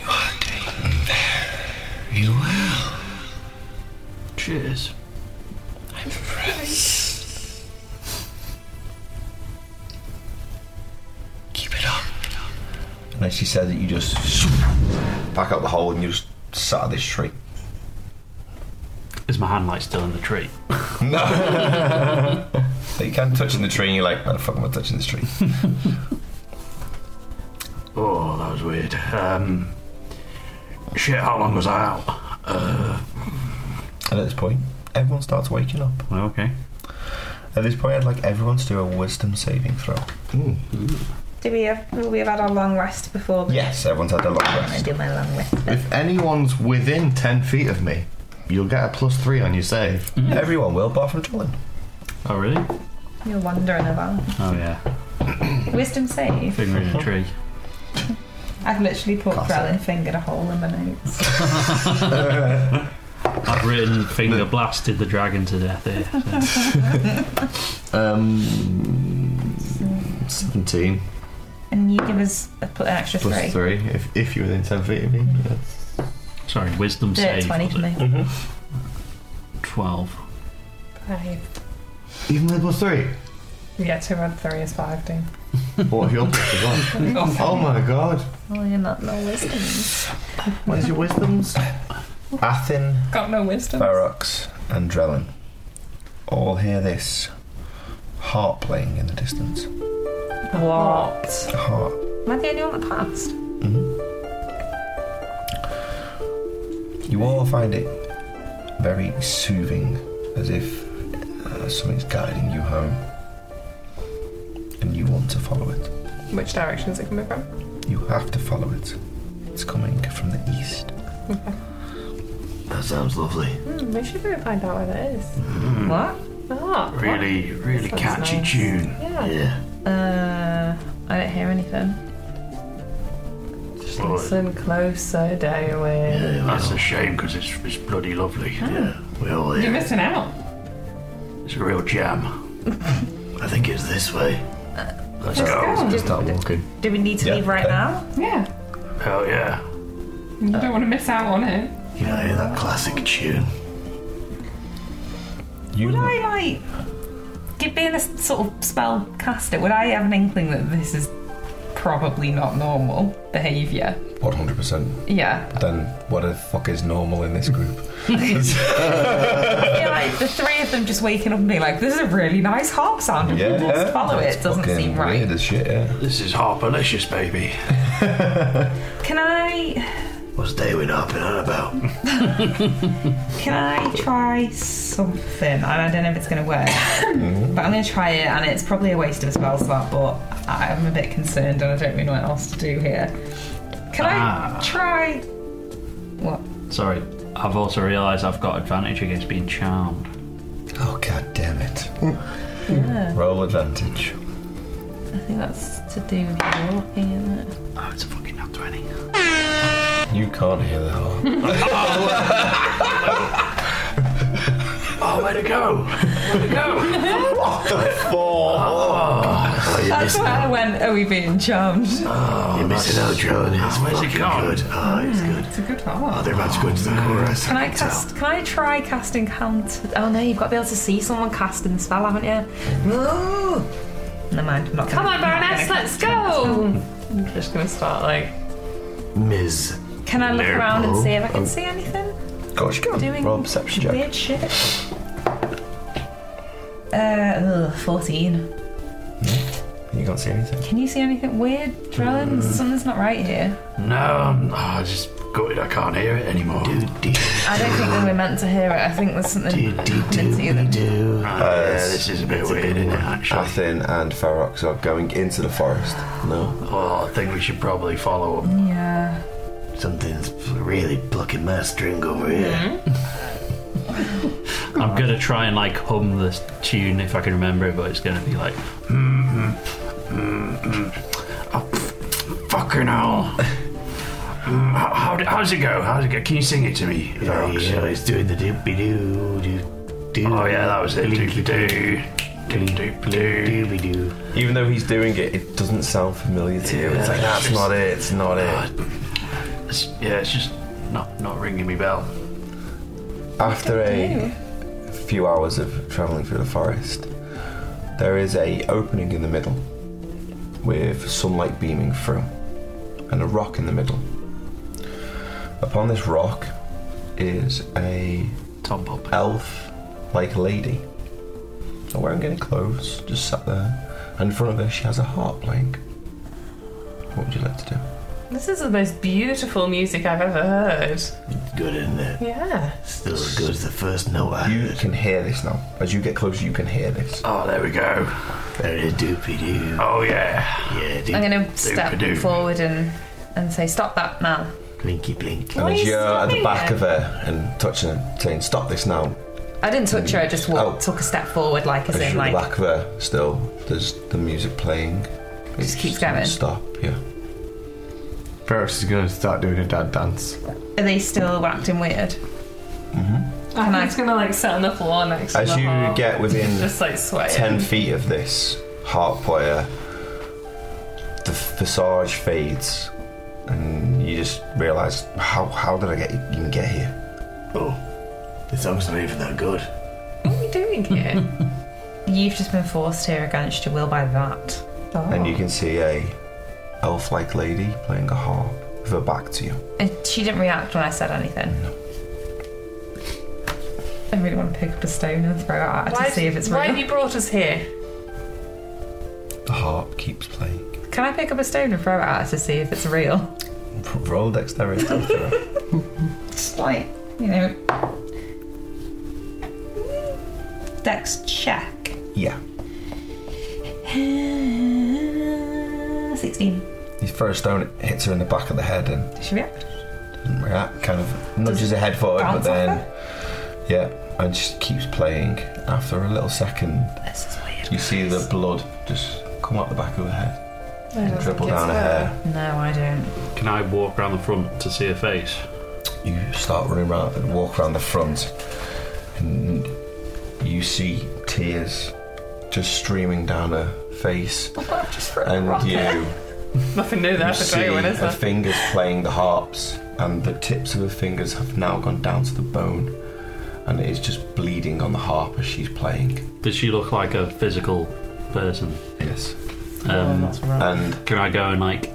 [SPEAKER 5] are doing very well.
[SPEAKER 8] Cheers.
[SPEAKER 5] I'm impressed. Keep it up. And then she said that you just back up the hole and you just sat at this tree.
[SPEAKER 8] Is my hand like still in the tree?
[SPEAKER 5] No. but you can touch in the tree and you're like, why the fuck am I touching this tree?
[SPEAKER 8] Oh, that was weird. Um, shit, how long was I out?
[SPEAKER 5] [laughs] And at this point, everyone starts waking up.
[SPEAKER 4] Oh,
[SPEAKER 8] Okay.
[SPEAKER 5] At this point, I'd like everyone to do a wisdom saving throw.
[SPEAKER 3] Do we have? Will we have had our long rest before? The-
[SPEAKER 5] Yes, everyone's had a long
[SPEAKER 3] I
[SPEAKER 5] rest.
[SPEAKER 3] do my long rest.
[SPEAKER 1] If anyone's within 10 feet of me, you'll get a plus three on your save.
[SPEAKER 5] Mm. Everyone will, apart from Jolin.
[SPEAKER 8] Oh, really?
[SPEAKER 3] You're wandering about.
[SPEAKER 8] Oh, yeah.
[SPEAKER 3] Wisdom save.
[SPEAKER 8] Finger [laughs] in a tree.
[SPEAKER 3] I've literally put
[SPEAKER 1] Classic.
[SPEAKER 3] Grelin fingered a hole in my notes.
[SPEAKER 4] I've written finger blasted the dragon to death here. so-
[SPEAKER 1] Um, 17
[SPEAKER 3] And you give us a, pl- an extra
[SPEAKER 1] plus
[SPEAKER 3] three.
[SPEAKER 1] three, if, if you're within 10 feet of me. yeah.
[SPEAKER 4] Sorry, wisdom
[SPEAKER 3] Do it
[SPEAKER 4] save.
[SPEAKER 3] twenty
[SPEAKER 4] was
[SPEAKER 3] for
[SPEAKER 4] it?
[SPEAKER 3] me.
[SPEAKER 4] 12.
[SPEAKER 7] Five.
[SPEAKER 1] Even with plus three.
[SPEAKER 7] Yeah, two and three is five, Dean.
[SPEAKER 1] What if your plus is one? [laughs] Oh my god.
[SPEAKER 3] Oh, you're not no wisdom.
[SPEAKER 1] Where's your wisdoms?
[SPEAKER 5] Athen
[SPEAKER 7] Got no wisdom.
[SPEAKER 5] Ferox and Drellin all hear this harp playing in the distance.
[SPEAKER 7] What?
[SPEAKER 5] A harp.
[SPEAKER 3] Am I the only one that passed?
[SPEAKER 5] You all find it very soothing, as if uh, something's guiding you home, and you want to follow it.
[SPEAKER 7] Which direction is it coming from?
[SPEAKER 5] You have to follow it. It's coming from the
[SPEAKER 8] [laughs]
[SPEAKER 5] east.
[SPEAKER 1] That sounds lovely.
[SPEAKER 7] Hmm, we should go and find out where that is.
[SPEAKER 3] What?
[SPEAKER 7] Ah,
[SPEAKER 8] Really, really
[SPEAKER 7] Sounds
[SPEAKER 8] catchy
[SPEAKER 7] nice.
[SPEAKER 8] tune.
[SPEAKER 7] yeah.
[SPEAKER 3] Uh, I don't hear anything.
[SPEAKER 8] Just
[SPEAKER 7] Listen closer, Darwin.
[SPEAKER 8] That's a shame because it's, it's bloody lovely. Yeah. Well,
[SPEAKER 7] You're missing out.
[SPEAKER 8] it's a
[SPEAKER 3] [laughs]
[SPEAKER 8] real jam.
[SPEAKER 1] I think it's this way.
[SPEAKER 8] Let's go.
[SPEAKER 1] Just start walking.
[SPEAKER 3] Do we need to
[SPEAKER 5] Yeah,
[SPEAKER 3] leave right
[SPEAKER 5] okay.
[SPEAKER 3] now?
[SPEAKER 7] Yeah.
[SPEAKER 8] Hell yeah.
[SPEAKER 7] You don't want to miss out on it.
[SPEAKER 1] You know, hear that classic tune.
[SPEAKER 5] You
[SPEAKER 3] Would I like get being a s- sort of spell caster? Would I have an inkling that this is probably not normal behaviour?
[SPEAKER 5] 100%.
[SPEAKER 3] Yeah.
[SPEAKER 5] Then what the fuck is normal in this group?
[SPEAKER 3] [laughs] I feel like the three of them just waking up and being like, "This is a really nice harp sound. and we'll just follow it. It
[SPEAKER 5] It's
[SPEAKER 3] doesn't
[SPEAKER 5] fucking
[SPEAKER 3] seem right."
[SPEAKER 5] Weird as shit. Yeah.
[SPEAKER 8] This is Harpalicious, baby.
[SPEAKER 3] Can I?
[SPEAKER 8] What's David harping on about?
[SPEAKER 3] Can I try something? And I don't know if it's going to work,
[SPEAKER 5] Mm-hmm.
[SPEAKER 3] but I'm going to try it. And it's probably a waste of a spell slot, but I'm a bit concerned, and I don't really know what else to do here. Can
[SPEAKER 4] Ah.
[SPEAKER 3] I try? What?
[SPEAKER 4] Sorry, I've also realised I've got advantage against being charmed.
[SPEAKER 5] Oh god damn it. [laughs] Roll advantage.
[SPEAKER 3] I think that's to do with walking, isn't it?
[SPEAKER 4] Oh, it's a fucking not 20.
[SPEAKER 5] You can't hear the harp.
[SPEAKER 8] Oh, way to go! Way to go!
[SPEAKER 3] That's why I went, are we being charmed?
[SPEAKER 9] You're missing out, Joe. and It's
[SPEAKER 8] Where's it
[SPEAKER 9] fucking
[SPEAKER 8] gone?
[SPEAKER 9] good. Oh, it's good.
[SPEAKER 7] It's a good heart.
[SPEAKER 9] They're about to go into the chorus.
[SPEAKER 3] Can I cast, can I try casting hand? Oh no, you've got to be able to see someone casting the spell, haven't you? No. Never mind, I'm not
[SPEAKER 7] Come
[SPEAKER 3] gonna,
[SPEAKER 7] on, Baroness, let's go! I'm just gonna start like.
[SPEAKER 9] Ms.
[SPEAKER 3] Can I look
[SPEAKER 9] There.
[SPEAKER 3] around and
[SPEAKER 9] Oh.
[SPEAKER 3] see if I can see anything
[SPEAKER 5] Gosh, go.
[SPEAKER 3] doing
[SPEAKER 5] Roll a perception check.
[SPEAKER 3] weird shit? Uh, ugh, 14.
[SPEAKER 5] You can't see anything.
[SPEAKER 3] Can you see anything weird,
[SPEAKER 9] Mm.
[SPEAKER 3] Drellin? Something's not right here.
[SPEAKER 8] No, I'm oh, just gutted I can't hear it anymore.
[SPEAKER 9] Dude,
[SPEAKER 7] I don't think we were meant to hear it. I think there's something
[SPEAKER 9] Do, do, do,
[SPEAKER 7] into them.
[SPEAKER 9] do.
[SPEAKER 5] Uh,
[SPEAKER 8] yeah, this is a bit weird, isn't it, actually?
[SPEAKER 5] Athen and Ferox are going into the forest. No.
[SPEAKER 8] Well, I think we should probably follow up.
[SPEAKER 7] Yeah.
[SPEAKER 9] Something's really plucking my string over here.
[SPEAKER 4] I'm gonna try and like hum this tune if I can remember it, but it's gonna be like
[SPEAKER 8] mm-hmm, Oh, Fucking hell. Mm, how, how, d- how's it go? How's it go? Can you sing it to me,
[SPEAKER 9] Yeah,
[SPEAKER 8] Ferox?
[SPEAKER 9] yeah, it's doing the doopy doo doo doo.
[SPEAKER 8] Oh yeah, that was it.
[SPEAKER 9] Blinky
[SPEAKER 8] Doop doo, doop doop doo.
[SPEAKER 9] Doopy doo.
[SPEAKER 5] Even though he's doing it, it doesn't sound familiar to you. It's like, that's not it, it's not it.
[SPEAKER 8] It's- Yeah, it's just not not ringing me bell.
[SPEAKER 5] After a few hours of travelling through the forest, there is a opening in the middle with sunlight beaming through and a rock in the middle. Upon this rock is a
[SPEAKER 8] Tom Pop.
[SPEAKER 5] elf like lady. Not wearing any clothes, just sat there. And in front of her, she has a harp playing. What would you like to do?
[SPEAKER 7] This is the most beautiful music I've ever heard.
[SPEAKER 9] Good, isn't it?
[SPEAKER 7] Yeah.
[SPEAKER 9] Still as good as the first note I
[SPEAKER 5] You
[SPEAKER 9] heard.
[SPEAKER 5] can hear this now. As you get closer, you can hear this.
[SPEAKER 8] Oh, there we go.
[SPEAKER 9] There it is doopy doo.
[SPEAKER 8] Oh yeah.
[SPEAKER 9] Yeah,
[SPEAKER 7] I'm
[SPEAKER 9] doop.
[SPEAKER 7] gonna step
[SPEAKER 8] Doop-a-doo.
[SPEAKER 7] forward and and say, stop that now.
[SPEAKER 9] Blinky blink.
[SPEAKER 5] And as
[SPEAKER 7] Why
[SPEAKER 5] you're at the
[SPEAKER 7] is
[SPEAKER 5] back
[SPEAKER 7] it?
[SPEAKER 5] of her and touching her, saying, Stop this now.
[SPEAKER 7] I didn't touch her. I just walked,
[SPEAKER 5] Oh.
[SPEAKER 7] took a step forward, like as
[SPEAKER 5] As
[SPEAKER 7] in
[SPEAKER 5] you're at the
[SPEAKER 7] like.
[SPEAKER 5] back of her, still, there's the music playing. It
[SPEAKER 7] Just keeps
[SPEAKER 5] doesn't
[SPEAKER 7] going.
[SPEAKER 5] Stop, yeah.
[SPEAKER 1] Ferris is going to start doing a dad dance.
[SPEAKER 3] Are they still acting weird?
[SPEAKER 7] And I was gonna like sit on the floor next
[SPEAKER 5] As
[SPEAKER 7] to
[SPEAKER 5] you
[SPEAKER 7] her.
[SPEAKER 5] get
[SPEAKER 7] [laughs]
[SPEAKER 5] within
[SPEAKER 7] just like sweating.
[SPEAKER 5] 10 feet of this harp player, the visage fades, and you just realise, how, how did I get even get here?
[SPEAKER 9] Oh, the song's not even that good.
[SPEAKER 7] What are you doing
[SPEAKER 3] [laughs]
[SPEAKER 7] here?
[SPEAKER 3] You've just been forced here against your will by that.
[SPEAKER 5] And
[SPEAKER 7] Oh.
[SPEAKER 5] you can see a elf-like lady playing a harp with her back to you.
[SPEAKER 3] And she didn't react when I said anything. I really want to pick up a stone and throw it at her
[SPEAKER 7] Why
[SPEAKER 3] to see if it's
[SPEAKER 7] why
[SPEAKER 3] real.
[SPEAKER 7] have you brought us here?
[SPEAKER 5] The harp keeps playing.
[SPEAKER 3] Can I pick up a stone and throw it at her to see if it's real?
[SPEAKER 5] Roll dexterity. [laughs]
[SPEAKER 3] Just like, you know. Dex check.
[SPEAKER 5] yeah.
[SPEAKER 3] 16.
[SPEAKER 5] You throw a stone, it hits her in the back of the head and
[SPEAKER 3] Does she react?
[SPEAKER 5] doesn't react. Kind of nudges her head forward, but
[SPEAKER 3] bounce off
[SPEAKER 5] then. Yeah, and just keeps playing. After a little second,
[SPEAKER 3] This is weird.
[SPEAKER 5] you see the blood just come up the back of her head and dribble
[SPEAKER 7] it's
[SPEAKER 5] down her hair.
[SPEAKER 3] No, I don't.
[SPEAKER 4] Can I walk around the front to see her face?
[SPEAKER 5] You start running around and walk around the front, and you see tears just streaming down her
[SPEAKER 3] [laughs]
[SPEAKER 5] face. and you.
[SPEAKER 7] Nothing new there
[SPEAKER 5] You
[SPEAKER 7] for
[SPEAKER 5] see
[SPEAKER 7] Draywin, is
[SPEAKER 5] her
[SPEAKER 7] there?
[SPEAKER 5] fingers playing the harps, and the tips of her fingers have now gone down to the bone, and it is just bleeding on the harp as she's playing.
[SPEAKER 4] Does she look like a physical person?
[SPEAKER 5] Yes.
[SPEAKER 4] Um,
[SPEAKER 5] And
[SPEAKER 4] Can I go and like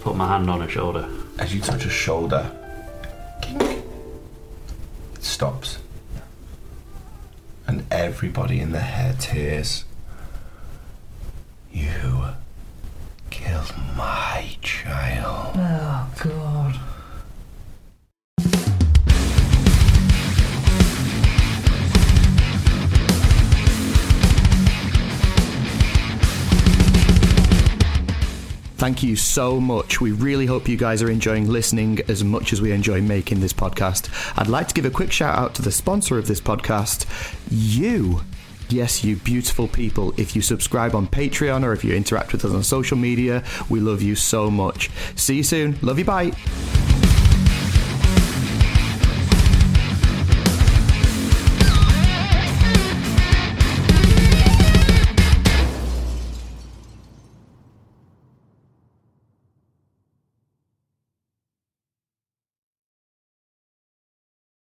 [SPEAKER 4] put my hand on her shoulder?
[SPEAKER 5] as you touch her shoulder, it stops, and everybody in the hair tears. You killed my child.
[SPEAKER 3] Oh, God.
[SPEAKER 10] Thank you so much. We really hope you guys are enjoying listening as much as we enjoy making this podcast. I'd like to give a quick shout out to the sponsor of this podcast, you. Yes, you beautiful people. If you subscribe on Patreon or if you interact with us on social media, we love you so much. See you soon. Love you. Bye.